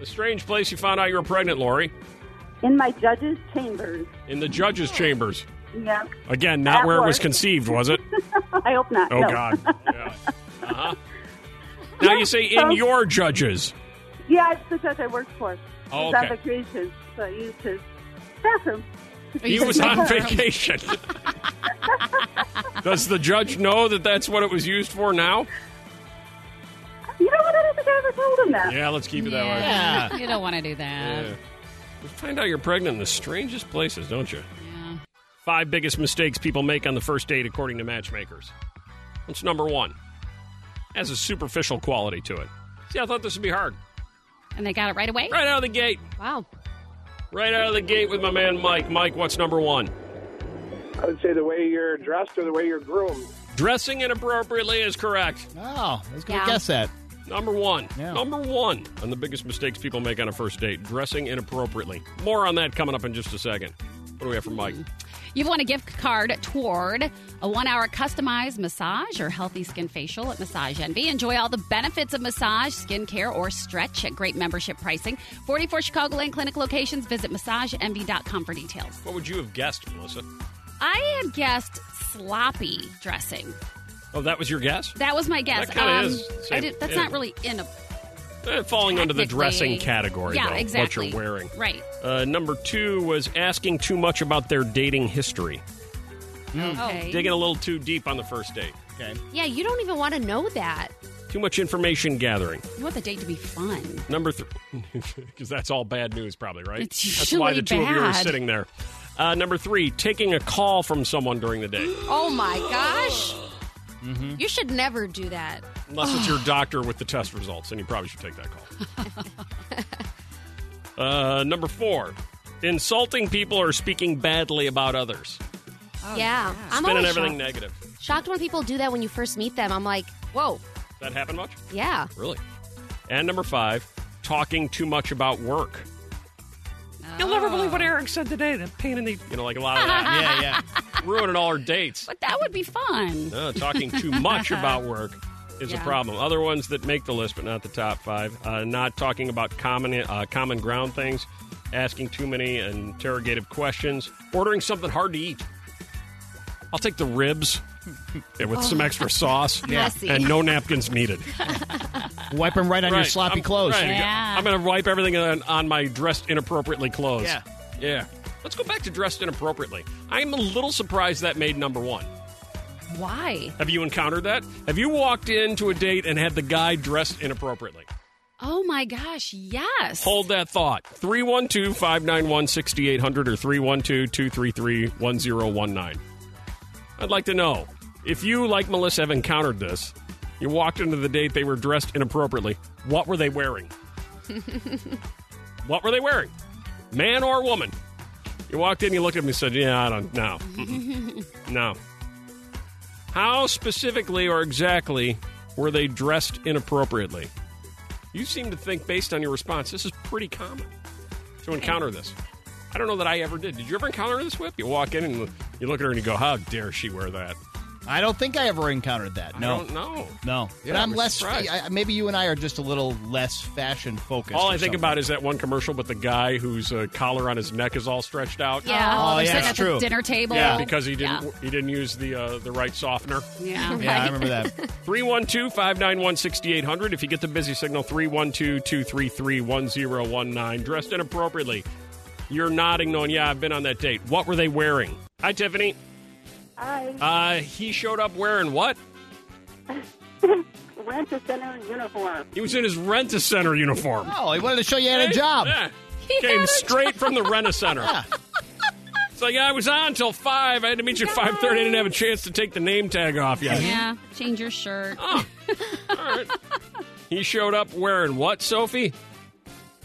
[SPEAKER 1] the strange place you found out you were pregnant, Lori,
[SPEAKER 11] In my judge's chambers.
[SPEAKER 1] in the judge's chambers.
[SPEAKER 11] Yeah.
[SPEAKER 1] Again, not
[SPEAKER 11] At
[SPEAKER 1] where it was
[SPEAKER 11] work.
[SPEAKER 1] conceived, was it?
[SPEAKER 11] I hope not.
[SPEAKER 1] Oh,
[SPEAKER 11] no.
[SPEAKER 1] God. Yeah. Uh-huh. Now you say in your judges.
[SPEAKER 11] Yeah, it's the judge I worked for.
[SPEAKER 1] Oh,
[SPEAKER 11] He was
[SPEAKER 1] okay.
[SPEAKER 11] on vacation, so I used his bathroom.
[SPEAKER 1] He was on vacation. Does the judge know that that's what it was used for now?
[SPEAKER 11] You know what? I don't think I ever told him that.
[SPEAKER 1] Yeah, let's keep it that
[SPEAKER 3] Yeah,
[SPEAKER 1] way.
[SPEAKER 3] you don't want to do that.
[SPEAKER 1] Yeah. You find out you're pregnant in the strangest places, don't you? Five biggest mistakes people make on the first date, according to matchmakers. What's number one? Has a superficial quality to it. See, I thought this would be hard.
[SPEAKER 3] And they got it right away?
[SPEAKER 1] Right out of the gate.
[SPEAKER 3] Wow.
[SPEAKER 1] Right out of the gate with my man Mike. Mike, what's number one?
[SPEAKER 12] I would say the way you're dressed or the way you're groomed.
[SPEAKER 1] Dressing inappropriately is correct.
[SPEAKER 2] Oh, I was going
[SPEAKER 1] Yeah.
[SPEAKER 2] to guess that.
[SPEAKER 1] Number one. Number one on the biggest mistakes people make on a first date dressing inappropriately. More on that coming up in just a second. What do we have for Mike?
[SPEAKER 3] You've won a gift card toward a one hour customized massage or healthy skin facial at Massage Envy. Enjoy all the benefits of massage, skincare, or stretch at great membership pricing. 44 Chicagoland clinic locations. Visit massageenvy.com for details.
[SPEAKER 1] What would you have guessed, Melissa?
[SPEAKER 3] I had guessed sloppy dressing.
[SPEAKER 1] Oh, that was your guess?
[SPEAKER 3] That was my guess.
[SPEAKER 1] That kinda
[SPEAKER 3] um,
[SPEAKER 1] is
[SPEAKER 3] I
[SPEAKER 1] same-
[SPEAKER 3] did- that's
[SPEAKER 1] yeah.
[SPEAKER 3] not really in a.
[SPEAKER 1] Eh, falling under the dressing
[SPEAKER 3] technically-
[SPEAKER 1] category,
[SPEAKER 3] Yeah,
[SPEAKER 1] though, what
[SPEAKER 3] exactly.
[SPEAKER 1] you're wearing.
[SPEAKER 3] Right.
[SPEAKER 1] Uh, number two was asking too much about their dating history. Hmm.
[SPEAKER 3] Oh.
[SPEAKER 4] Okay.
[SPEAKER 1] Digging a little too deep on the first date. Okay.
[SPEAKER 4] Yeah, you don't even want to know that.
[SPEAKER 1] Too much information gathering.
[SPEAKER 3] You want the date to be fun.
[SPEAKER 1] Number three, because that's all bad news, probably, right?
[SPEAKER 3] It's
[SPEAKER 1] that's why
[SPEAKER 3] usually
[SPEAKER 1] the two of you are
[SPEAKER 3] bad.
[SPEAKER 1] sitting there. Uh, number three, taking a call from someone during the day.
[SPEAKER 4] Oh my gosh.
[SPEAKER 1] mm-hmm.
[SPEAKER 4] You should never do that.
[SPEAKER 1] Unless it's your doctor with the test results, and you probably should take that call. uh, number four, insulting people or speaking badly about others.
[SPEAKER 4] Oh, yeah. I'm
[SPEAKER 1] Spinning
[SPEAKER 4] always
[SPEAKER 1] everything
[SPEAKER 4] shocked.
[SPEAKER 1] negative.
[SPEAKER 4] Shocked when people do that when you first meet them. I'm like, whoa,
[SPEAKER 1] That happened much?
[SPEAKER 4] yeah.
[SPEAKER 1] Really? And number five, talking too much about work. You'll never believe what Eric said today. That pain in the, you know, like a lot of that. yeah, yeah. Ruining all our dates.
[SPEAKER 3] But that would be fun.
[SPEAKER 1] No, talking too much about work is
[SPEAKER 3] Yeah.
[SPEAKER 1] a problem. Other ones that make the list, but not the top five. Uh, not talking about common uh, common ground things, asking too many interrogative questions, ordering something hard to eat. I'll take the ribs yeah, with some extra sauce
[SPEAKER 2] Messy.
[SPEAKER 1] and no napkins needed.
[SPEAKER 2] Wipe them right on your
[SPEAKER 1] Right,
[SPEAKER 2] sloppy
[SPEAKER 1] I'm-
[SPEAKER 2] clothes.
[SPEAKER 1] right, I'm going to wipe everything on, on my dressed inappropriately clothes.
[SPEAKER 2] Yeah.
[SPEAKER 1] Yeah. Let's go back to dressed inappropriately. I'm a little surprised that made number one.
[SPEAKER 3] Why?
[SPEAKER 1] Have you encountered that? Have you walked into a date and had the guy dressed inappropriately?
[SPEAKER 3] Oh my gosh, yes.
[SPEAKER 1] Hold that thought. 312 591 6800 or 312 233 1019. I'd like to know if you, like Melissa, have encountered this. You walked into the date, they were dressed inappropriately. What were they wearing? What were they wearing? Man or woman? You walked in, you looked at me and said, Yeah, I don't know. No. How specifically or exactly were they dressed inappropriately? You seem to think, based on your response, this is pretty common to encounter this. I don't know that I ever did. Did you ever encounter this whip? You walk in and you look at her and you go, How dare she wear that?
[SPEAKER 2] I don't think I ever encountered that. No.
[SPEAKER 1] I don't know.
[SPEAKER 2] No.
[SPEAKER 1] Yeah,
[SPEAKER 2] but I'm
[SPEAKER 1] I'm
[SPEAKER 2] less.
[SPEAKER 1] surprised.
[SPEAKER 2] I, maybe you and I are just a little less fashion focused. or
[SPEAKER 1] All I
[SPEAKER 2] something.
[SPEAKER 1] think about is that one commercial with the guy whose uh, collar on his neck is all stretched out.
[SPEAKER 3] Yeah, Oh, there's yeah, like
[SPEAKER 2] that's at the true.
[SPEAKER 3] dinner table.
[SPEAKER 1] Yeah, because he didn't
[SPEAKER 3] Yeah.
[SPEAKER 1] he didn't use the uh, the right softener.
[SPEAKER 3] Yeah.
[SPEAKER 2] Yeah, I remember that.
[SPEAKER 1] 312 591 6800. If you get the busy signal, 312 233 1019. Dressed inappropriately. You're nodding, knowing, yeah, I've been on that date. What were they wearing? Hi, Tiffany.
[SPEAKER 11] I
[SPEAKER 1] Uh, he showed up wearing what?
[SPEAKER 11] rent a center uniform.
[SPEAKER 1] He was in his rent a center uniform.
[SPEAKER 2] Oh, he wanted to show you had a job.
[SPEAKER 1] Yeah.
[SPEAKER 11] He
[SPEAKER 1] Came
[SPEAKER 11] had a
[SPEAKER 1] straight from the rent a center.
[SPEAKER 2] Yeah.
[SPEAKER 1] It's like, I was on till 5. I had to meet you at 5.30. I didn't have a chance to take the name tag off yet.
[SPEAKER 3] Yeah, change your shirt.
[SPEAKER 1] Oh. He showed up wearing what, Sophie?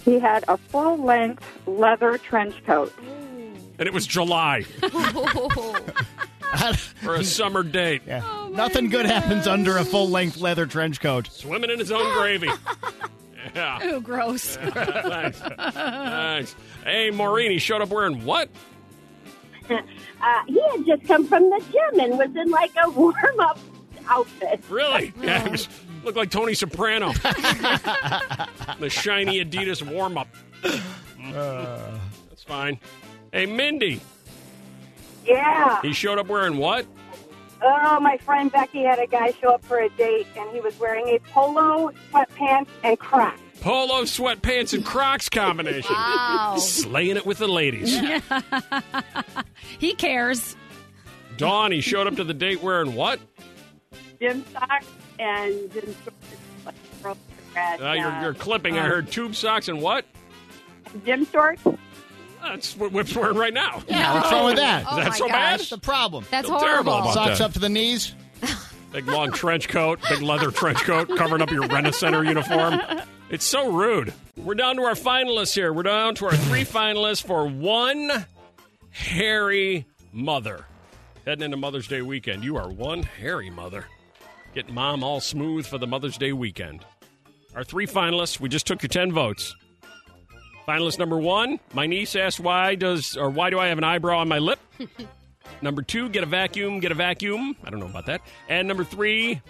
[SPEAKER 11] He had a full length leather trench coat.
[SPEAKER 1] And it was July for a summer date.
[SPEAKER 2] Nothing good happens under a full length leather trench coat.
[SPEAKER 1] Swimming in his own gravy. Yeah.
[SPEAKER 3] Ew, Oh, gross.
[SPEAKER 1] Thanks. Thanks. Hey, Maureen, he showed up wearing what?
[SPEAKER 11] Uh, he had just come from the gym and was in like a warm up outfit.
[SPEAKER 1] Really? Yeah, he was- looked like Tony Soprano. the shiny Adidas warm up. That's fine. Hey, Mindy,
[SPEAKER 11] Yeah.
[SPEAKER 1] he showed up wearing what?
[SPEAKER 11] Oh, my friend Becky had a guy show up for a date and he was wearing a polo, sweatpants, and Crocs.
[SPEAKER 1] Polo, sweatpants, and Crocs combination.
[SPEAKER 3] Wow.
[SPEAKER 1] Slaying it with the ladies.
[SPEAKER 3] he cares.
[SPEAKER 1] Dawn, he showed up to the date wearing what?
[SPEAKER 11] Gym socks and gym shorts. Like, from the red,
[SPEAKER 1] Uh, you're, you're clipping. I heard tube socks and what?
[SPEAKER 11] Gym shorts?
[SPEAKER 1] That's what Whip's wearing right now.
[SPEAKER 2] Yeah,
[SPEAKER 4] Oh,
[SPEAKER 2] what's wrong with that?
[SPEAKER 1] Is that so bad?
[SPEAKER 2] That's the problem.
[SPEAKER 1] That's Feel terrible horrible. about
[SPEAKER 2] Socks
[SPEAKER 1] that.
[SPEAKER 2] up to the knees.
[SPEAKER 1] Big long trench coat, big leather trench coat covering up your Rena Center uniform. It's so rude. We're down to our finalists here. We're down to our three finalists for one hairy mother. Heading into Mother's Day weekend, you are one hairy mother. Get mom all smooth for the Mother's Day weekend. Our three finalists, we just took your 10 votes. Finalist number one, my niece asked why does or why do I have an eyebrow on my lip? Number two, get a vacuum, get a vacuum. I don't know about that. And number three,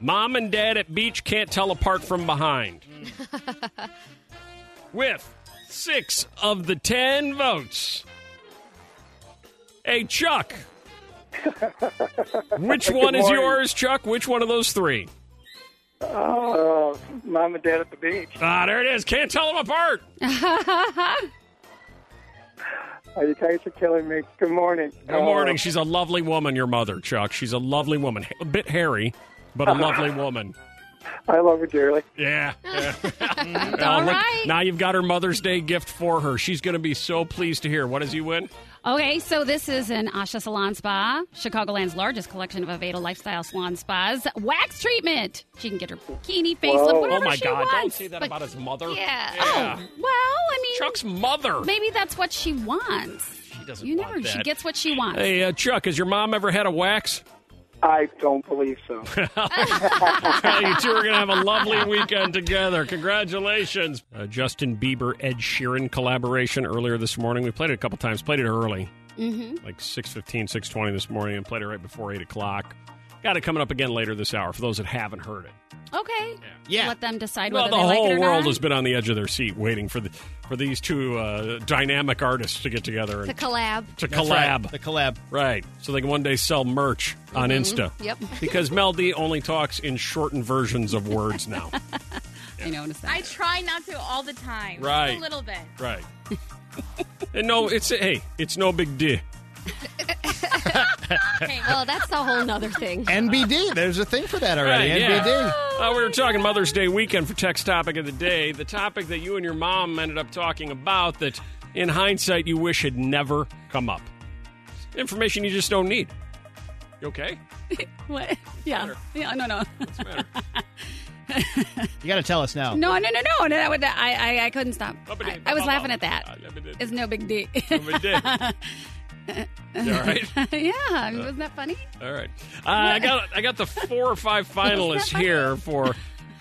[SPEAKER 1] mom and dad at beach can't tell apart from behind. With six of the ten votes. Hey, Chuck. Which
[SPEAKER 12] Good
[SPEAKER 1] one is
[SPEAKER 12] morning.
[SPEAKER 1] yours, Chuck? Which one of those three?
[SPEAKER 12] Oh, mom and dad at the beach.
[SPEAKER 1] Ah, there it is. Can't tell them apart.
[SPEAKER 12] Oh, you guys are killing me. Good morning.
[SPEAKER 1] Good morning. She's a lovely woman, your mother, Chuck. She's a lovely woman. A bit hairy, but a lovely woman.
[SPEAKER 12] Oh, I love you dearly.
[SPEAKER 1] Yeah. yeah.
[SPEAKER 3] Mm-hmm. all
[SPEAKER 1] look,
[SPEAKER 3] right.
[SPEAKER 1] Now you've got her Mother's Day gift for her. She's going to be so pleased to hear. What does he win?
[SPEAKER 3] Okay, so this is an Asha Salon Spa, Chicagoland's largest collection of Aveda lifestyle salon spas. Wax treatment. She can get her bikini face
[SPEAKER 1] Whoa.
[SPEAKER 3] look, whatever
[SPEAKER 1] Oh my
[SPEAKER 3] she
[SPEAKER 1] God!
[SPEAKER 3] wants.
[SPEAKER 1] Don't say that
[SPEAKER 3] but-
[SPEAKER 1] about his mother.
[SPEAKER 3] Yeah.
[SPEAKER 1] Yeah.
[SPEAKER 3] Oh, well, I mean,
[SPEAKER 1] Chuck's mother.
[SPEAKER 3] maybe that's what she wants. She
[SPEAKER 1] doesn't
[SPEAKER 3] You never.
[SPEAKER 1] want
[SPEAKER 3] She
[SPEAKER 1] that.
[SPEAKER 3] gets what she wants.
[SPEAKER 1] Hey, uh, Chuck, has your mom ever had a wax?
[SPEAKER 12] I don't believe so.
[SPEAKER 1] you two are going to have a lovely weekend together. Congratulations. Uh, Justin Bieber, Ed Sheeran collaboration earlier this morning. We played it a couple times, played it early,
[SPEAKER 3] Mm-hmm.
[SPEAKER 1] like 6.15, 6.20 this morning, and played it right before 8 o'clock. Got it coming up again later this hour for those that haven't heard it.
[SPEAKER 3] Okay.
[SPEAKER 2] Yeah.
[SPEAKER 3] Let them decide
[SPEAKER 1] Well, the
[SPEAKER 3] whether they like
[SPEAKER 1] whole
[SPEAKER 3] it or
[SPEAKER 1] world
[SPEAKER 3] not.
[SPEAKER 1] has been on the edge of their seat waiting for the for these two uh, dynamic artists to get together
[SPEAKER 4] To
[SPEAKER 1] and
[SPEAKER 4] collab.
[SPEAKER 1] to
[SPEAKER 2] That's
[SPEAKER 1] collab.
[SPEAKER 2] right, The collab.
[SPEAKER 1] Right. So they can one day sell merch on
[SPEAKER 3] Mhm.
[SPEAKER 1] Insta.
[SPEAKER 3] Yep.
[SPEAKER 1] Because Mel D only talks in shortened versions of words now.
[SPEAKER 3] I noticed that.
[SPEAKER 13] I try not to all the time.
[SPEAKER 1] Right.
[SPEAKER 13] A little bit.
[SPEAKER 1] right. and no, it's hey, it's no big deal.
[SPEAKER 4] Well, that's a whole nother thing.
[SPEAKER 2] NBD. There's a thing for that already.
[SPEAKER 1] Right, yeah.
[SPEAKER 2] NBD.
[SPEAKER 1] Uh, we were talking Mother's Day weekend for text topic of the day. The topic that you and your mom ended up talking about that, in hindsight, you wish had never come up. Information you just don't need. You okay?
[SPEAKER 3] What? Yeah. Yeah. No. No.
[SPEAKER 2] You got to tell us now.
[SPEAKER 3] No. No. No. No. No. That would. I. I. I couldn't stop. I, I was laughing at
[SPEAKER 1] Uh,
[SPEAKER 3] that.
[SPEAKER 1] It's
[SPEAKER 3] It's no big deal.
[SPEAKER 1] big deal. You all right?
[SPEAKER 3] yeah. I mean, Wasn't that funny?
[SPEAKER 1] All right. Uh, I got I got the four or five finalists here for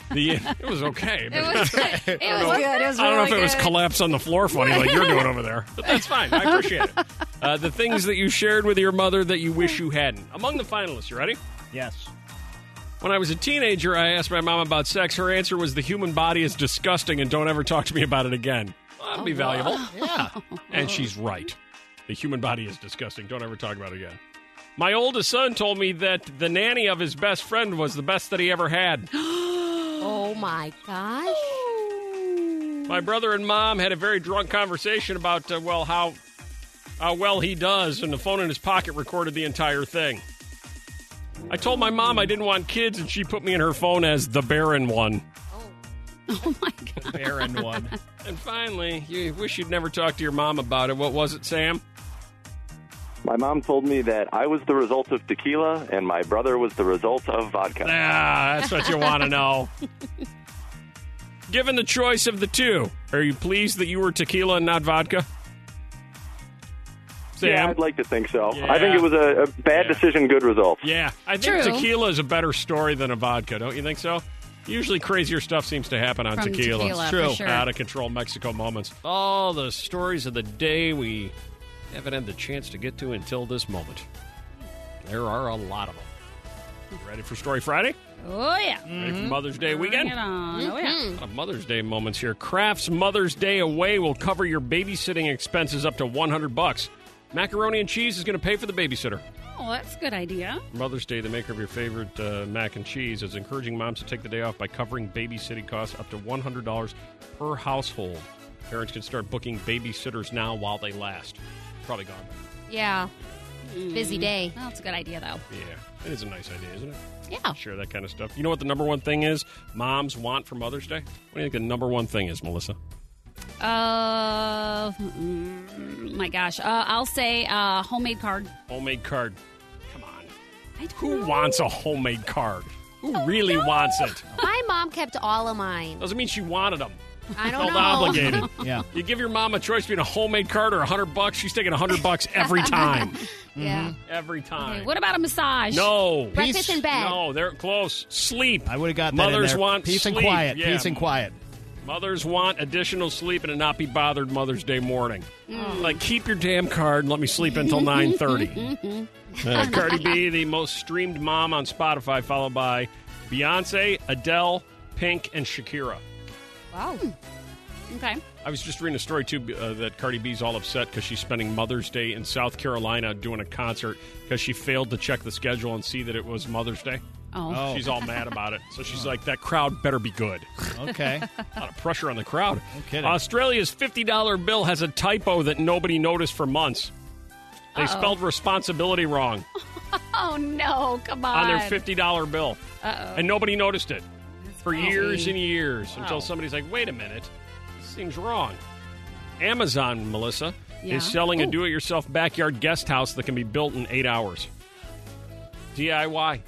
[SPEAKER 1] the. It was okay. But
[SPEAKER 3] was- it
[SPEAKER 1] I don't
[SPEAKER 3] was
[SPEAKER 1] know-
[SPEAKER 3] good. It was
[SPEAKER 1] I don't know if
[SPEAKER 3] really
[SPEAKER 1] it was
[SPEAKER 3] good.
[SPEAKER 1] collapse on the floor funny like you're doing over there, but that's fine. I appreciate it. Uh, the things that you shared with your mother that you wish you hadn't. Among the finalists, you ready?
[SPEAKER 2] Yes.
[SPEAKER 1] When I was a teenager, I asked my mom about sex. Her answer was, "The human body is disgusting, and don't ever talk to me about it again." Well, that'd be valuable.
[SPEAKER 2] Yeah.
[SPEAKER 1] And she's right. The human body is disgusting. Don't ever talk about it again. My oldest son told me that the nanny of his best friend was the best that he ever had.
[SPEAKER 4] Oh my gosh.
[SPEAKER 1] My brother and mom had a very drunk conversation about, uh, well, how, how well he does, and the phone in his pocket recorded the entire thing. I told my mom I didn't want kids, and she put me in her phone as the barren one.
[SPEAKER 2] Barren one.
[SPEAKER 1] And finally, you wish you'd never talked to your mom about it. What was it, Sam?
[SPEAKER 14] My mom told me that I was the result of tequila and my brother was the result of vodka.
[SPEAKER 1] Ah, that's what you want to know. Given the choice of the two, are you pleased that you were tequila and not vodka? Sam?
[SPEAKER 14] Yeah, I'd like to think so. I think it was a, a bad decision, good result.
[SPEAKER 1] Yeah, I think
[SPEAKER 3] True.
[SPEAKER 1] tequila is a better story than a vodka, don't you think so? Usually crazier stuff seems to happen on
[SPEAKER 3] From
[SPEAKER 1] tequila.
[SPEAKER 3] tequila, It's true. for sure.
[SPEAKER 1] Out of control Mexico moments. All the stories of the day we haven't had the chance to get to until this moment. There are a lot of them. You Ready for Story Friday?
[SPEAKER 3] Oh yeah.
[SPEAKER 1] Ready for Mother's Day weekend?
[SPEAKER 3] Bring it on. Oh yeah.
[SPEAKER 1] lot of Mother's Day moments here. Kraft's Mother's Day Away will cover your babysitting expenses up to 100 bucks. Macaroni and cheese is going to pay for the babysitter.
[SPEAKER 3] Oh, that's a good idea.
[SPEAKER 1] Mother's Day, the maker of your favorite uh, mac and cheese is encouraging moms to take the day off by covering babysitting costs up to $100 per household. Parents can start booking babysitters now while they last. Probably gone.
[SPEAKER 4] Yeah.
[SPEAKER 13] Mm.
[SPEAKER 4] Busy day.
[SPEAKER 3] Well, that's a good idea though.
[SPEAKER 1] Yeah, it is a nice idea, isn't it?
[SPEAKER 3] Yeah.
[SPEAKER 1] Share that kind of stuff. You know what the number one thing is moms want for Mother's Day? What do you think the number one thing is, Melissa?
[SPEAKER 3] Uh, mm, my gosh. Uh, I'll say uh, homemade card.
[SPEAKER 1] Homemade card. Come on.
[SPEAKER 3] I don't
[SPEAKER 1] Who
[SPEAKER 3] know.
[SPEAKER 1] wants a homemade card? Who really wants it?
[SPEAKER 4] My mom kept all of mine.
[SPEAKER 1] Doesn't mean she wanted them.
[SPEAKER 4] I don't
[SPEAKER 1] Felt
[SPEAKER 4] know.
[SPEAKER 1] obligated.
[SPEAKER 2] Yeah.
[SPEAKER 1] You give your mom a choice between a homemade card or a hundred bucks. She's taking a hundred bucks every time.
[SPEAKER 4] Yeah.
[SPEAKER 1] Every time.
[SPEAKER 3] Okay, what about a massage?
[SPEAKER 1] no.
[SPEAKER 4] Breakfast in bed.
[SPEAKER 1] No, they're close. Sleep.
[SPEAKER 2] I would have got that in
[SPEAKER 1] Mothers
[SPEAKER 2] there.
[SPEAKER 1] want
[SPEAKER 2] peace and
[SPEAKER 1] sleep.
[SPEAKER 2] quiet.
[SPEAKER 1] Yeah.
[SPEAKER 2] Peace and quiet.
[SPEAKER 1] Mothers want additional sleep and a not be bothered Mother's Day morning. Like keep your damn card and let me sleep until nine thirty. Uh, Cardi B, the most streamed mom on Spotify, followed by Beyonce, Adele, Pink, and Shakira.
[SPEAKER 3] Wow. Hmm. Okay.
[SPEAKER 1] I was just reading a story too uh, that Cardi B's all upset because she's spending Mother's Day in South Carolina doing a concert because she failed to check the schedule and see that it was Mother's Day.
[SPEAKER 3] Oh.
[SPEAKER 2] Oh.
[SPEAKER 1] She's all mad about it. So she's like, that crowd better be good.
[SPEAKER 2] Okay.
[SPEAKER 1] A lot of pressure on the crowd.
[SPEAKER 2] kidding.
[SPEAKER 1] Australia's $50 bill has a typo that nobody noticed for months. They
[SPEAKER 3] Uh-oh.
[SPEAKER 1] spelled responsibility wrong
[SPEAKER 3] Oh no! Come on.
[SPEAKER 1] on their $50 bill.
[SPEAKER 3] Uh-oh.
[SPEAKER 1] And nobody noticed it for
[SPEAKER 3] crazy.
[SPEAKER 1] years and years
[SPEAKER 3] Wow.
[SPEAKER 1] until somebody's like, wait a minute, this seems wrong. Amazon, Melissa,
[SPEAKER 3] Yeah.
[SPEAKER 1] is selling a
[SPEAKER 3] Ooh.
[SPEAKER 1] do it yourself backyard guest house that can be built in eight hours. DIY.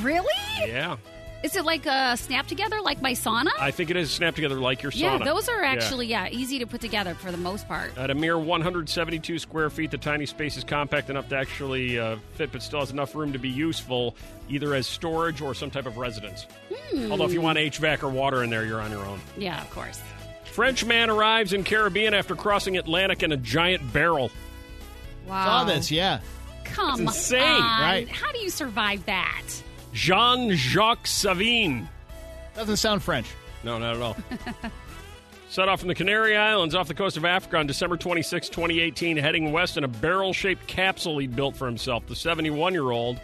[SPEAKER 3] Really?
[SPEAKER 1] Yeah.
[SPEAKER 3] Is it like a snap together, like my sauna?
[SPEAKER 1] I think it is snapped together like your
[SPEAKER 3] yeah,
[SPEAKER 1] sauna.
[SPEAKER 3] those are
[SPEAKER 1] Yeah.
[SPEAKER 3] actually yeah. easy to put together for the most part.
[SPEAKER 1] At a mere 172 square feet, the tiny space is compact enough to actually uh, fit, but still has enough room to be useful either as storage or some type of residence.
[SPEAKER 3] Hmm.
[SPEAKER 1] Although, if you want HVAC or water in there, you're on your own.
[SPEAKER 3] yeah, of course.
[SPEAKER 1] French man arrives in Caribbean after crossing Atlantic in a giant barrel.
[SPEAKER 3] Wow.
[SPEAKER 2] Saw this, yeah.
[SPEAKER 3] Come
[SPEAKER 1] It's insane,
[SPEAKER 3] on.
[SPEAKER 1] right?
[SPEAKER 3] How do you survive that?
[SPEAKER 1] Jean Jacques Savine.
[SPEAKER 2] Doesn't sound French.
[SPEAKER 1] No, not at all. Set off from the Canary Islands off the coast of Africa on December 26, 2018, heading west in a barrel shaped capsule he'd built for himself. The 71 year old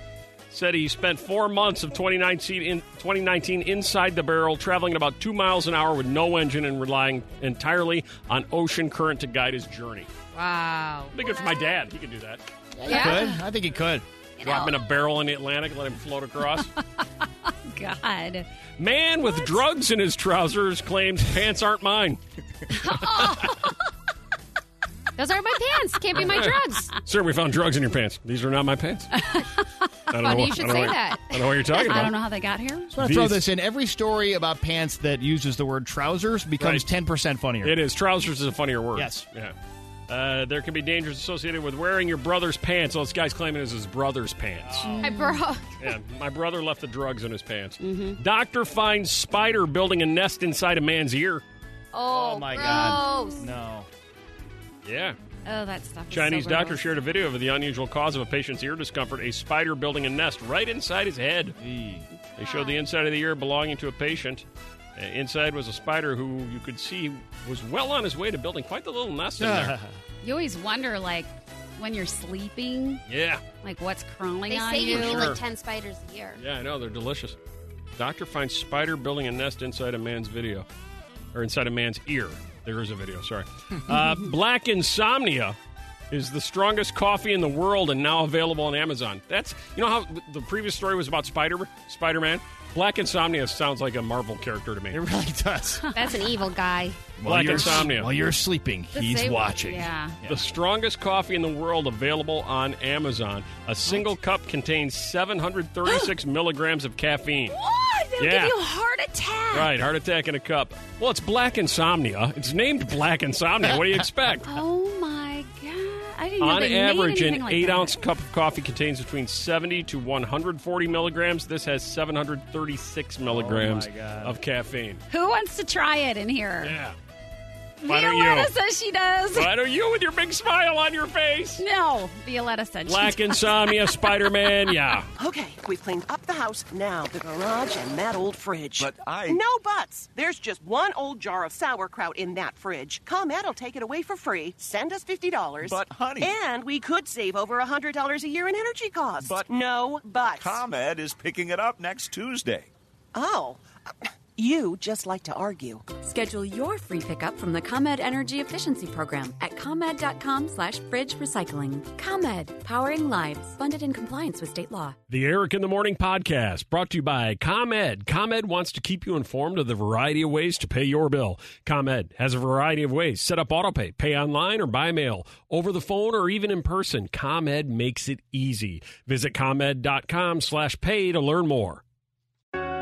[SPEAKER 1] said he spent four months of 2019, in, 2019 inside the barrel, traveling at about two miles an hour with no engine and relying entirely on ocean current to guide his journey.
[SPEAKER 3] Wow.
[SPEAKER 1] I think it's my dad. He could do that.
[SPEAKER 2] Yeah. Could. I think he could.
[SPEAKER 1] Drop him in a barrel in the Atlantic, let him float across.
[SPEAKER 3] God.
[SPEAKER 1] Man with drugs in his trousers claims pants aren't mine.
[SPEAKER 3] Those aren't my pants. Can't be my drugs.
[SPEAKER 1] Sir, we found drugs in your pants. These are not my pants. I don't
[SPEAKER 3] Funny
[SPEAKER 1] what-
[SPEAKER 3] you
[SPEAKER 1] I
[SPEAKER 3] should
[SPEAKER 1] don't know
[SPEAKER 3] say
[SPEAKER 1] what-
[SPEAKER 3] that.
[SPEAKER 1] I don't know what you're talking about.
[SPEAKER 3] I don't know how they got here.
[SPEAKER 2] I want to throw this in. Every story about pants that uses the word trousers becomes ten percent funnier.
[SPEAKER 1] It is. Trousers is a funnier word.
[SPEAKER 2] Yes.
[SPEAKER 1] Yeah. Uh, there can be dangers associated with wearing your brother's pants. Well, this guy's claiming it's his brother's pants.
[SPEAKER 3] I bro.
[SPEAKER 1] Yeah, my brother left the drugs in his pants.
[SPEAKER 3] Mm-hmm.
[SPEAKER 1] Doctor finds spider building a nest inside a man's ear.
[SPEAKER 3] Oh,
[SPEAKER 2] my
[SPEAKER 3] gross.
[SPEAKER 2] god. No.
[SPEAKER 1] Yeah.
[SPEAKER 3] Oh, that stuff. Is
[SPEAKER 1] Chinese
[SPEAKER 3] so gross.
[SPEAKER 1] doctor shared a video of the unusual cause of a patient's ear discomfort, a spider building a nest right inside his head. They showed the inside of the ear belonging to a patient. Uh, inside was a spider who you could see was well on his way to building quite the little nest in there.
[SPEAKER 3] You always wonder, like, when you're sleeping,
[SPEAKER 1] yeah.
[SPEAKER 3] like what's crawling
[SPEAKER 4] They
[SPEAKER 3] on
[SPEAKER 4] say you
[SPEAKER 3] you.
[SPEAKER 4] kill
[SPEAKER 1] Sure.
[SPEAKER 4] like ten spiders a year.
[SPEAKER 1] Yeah, I know. They're delicious. Doctor finds spider building a nest inside a man's video, or inside a man's ear. There is a video, sorry. Uh, Black Insomnia is the strongest coffee in the world and now available on Amazon. That's, you know how the previous story was about Spider Spider Man? Black Insomnia sounds like a Marvel character to me.
[SPEAKER 2] It really does.
[SPEAKER 4] That's an evil guy.
[SPEAKER 2] While
[SPEAKER 1] Black
[SPEAKER 2] you're-
[SPEAKER 1] insomnia.
[SPEAKER 2] While you're sleeping,
[SPEAKER 4] The
[SPEAKER 2] he's
[SPEAKER 4] same-
[SPEAKER 2] watching.
[SPEAKER 4] yeah.
[SPEAKER 1] The strongest coffee in the world available on Amazon. A single cup contains 736 milligrams of caffeine.
[SPEAKER 3] What? They'll
[SPEAKER 1] Yeah.
[SPEAKER 3] give you a heart attack.
[SPEAKER 1] Right, heart attack in a cup. Well, it's black insomnia. It's named black insomnia. What do you expect?
[SPEAKER 3] Oh my god! I didn't know
[SPEAKER 1] On
[SPEAKER 3] they
[SPEAKER 1] average,
[SPEAKER 3] made
[SPEAKER 1] an
[SPEAKER 3] anything like
[SPEAKER 1] eight
[SPEAKER 3] that.
[SPEAKER 1] ounce cup of coffee contains between 70 to 140 milligrams. This has 736 milligrams of caffeine.
[SPEAKER 3] Who wants to try it in here?
[SPEAKER 1] Yeah. Why don't
[SPEAKER 3] Violetta
[SPEAKER 1] you?
[SPEAKER 3] says she does.
[SPEAKER 1] Why don't you with your big smile on your face?
[SPEAKER 3] No, Violetta said she
[SPEAKER 1] Black
[SPEAKER 3] does.
[SPEAKER 1] insomnia, Spider Man, yeah.
[SPEAKER 7] Okay, we've cleaned up the house. Now the garage and that old fridge.
[SPEAKER 15] But I-
[SPEAKER 7] No buts. There's just one old jar of sauerkraut in that fridge. ComEd will take it away for free. Send us $50.
[SPEAKER 15] But, honey-
[SPEAKER 7] And we could save over $100 a year in energy costs. But. No buts.
[SPEAKER 15] ComEd is picking it up next Tuesday.
[SPEAKER 7] oh. You just like to argue.
[SPEAKER 8] Schedule your free pickup from the ComEd Energy Efficiency Program at ComEd.com slash fridge recycling. ComEd, powering lives, funded in compliance with state law.
[SPEAKER 1] The Eric in the Morning podcast brought to you by ComEd. ComEd wants to keep you informed of the variety of ways to pay your bill. ComEd has a variety of ways set up autopay, pay online or by mail, over the phone or even in person. ComEd makes it easy. Visit ComEd.com slash pay to learn more.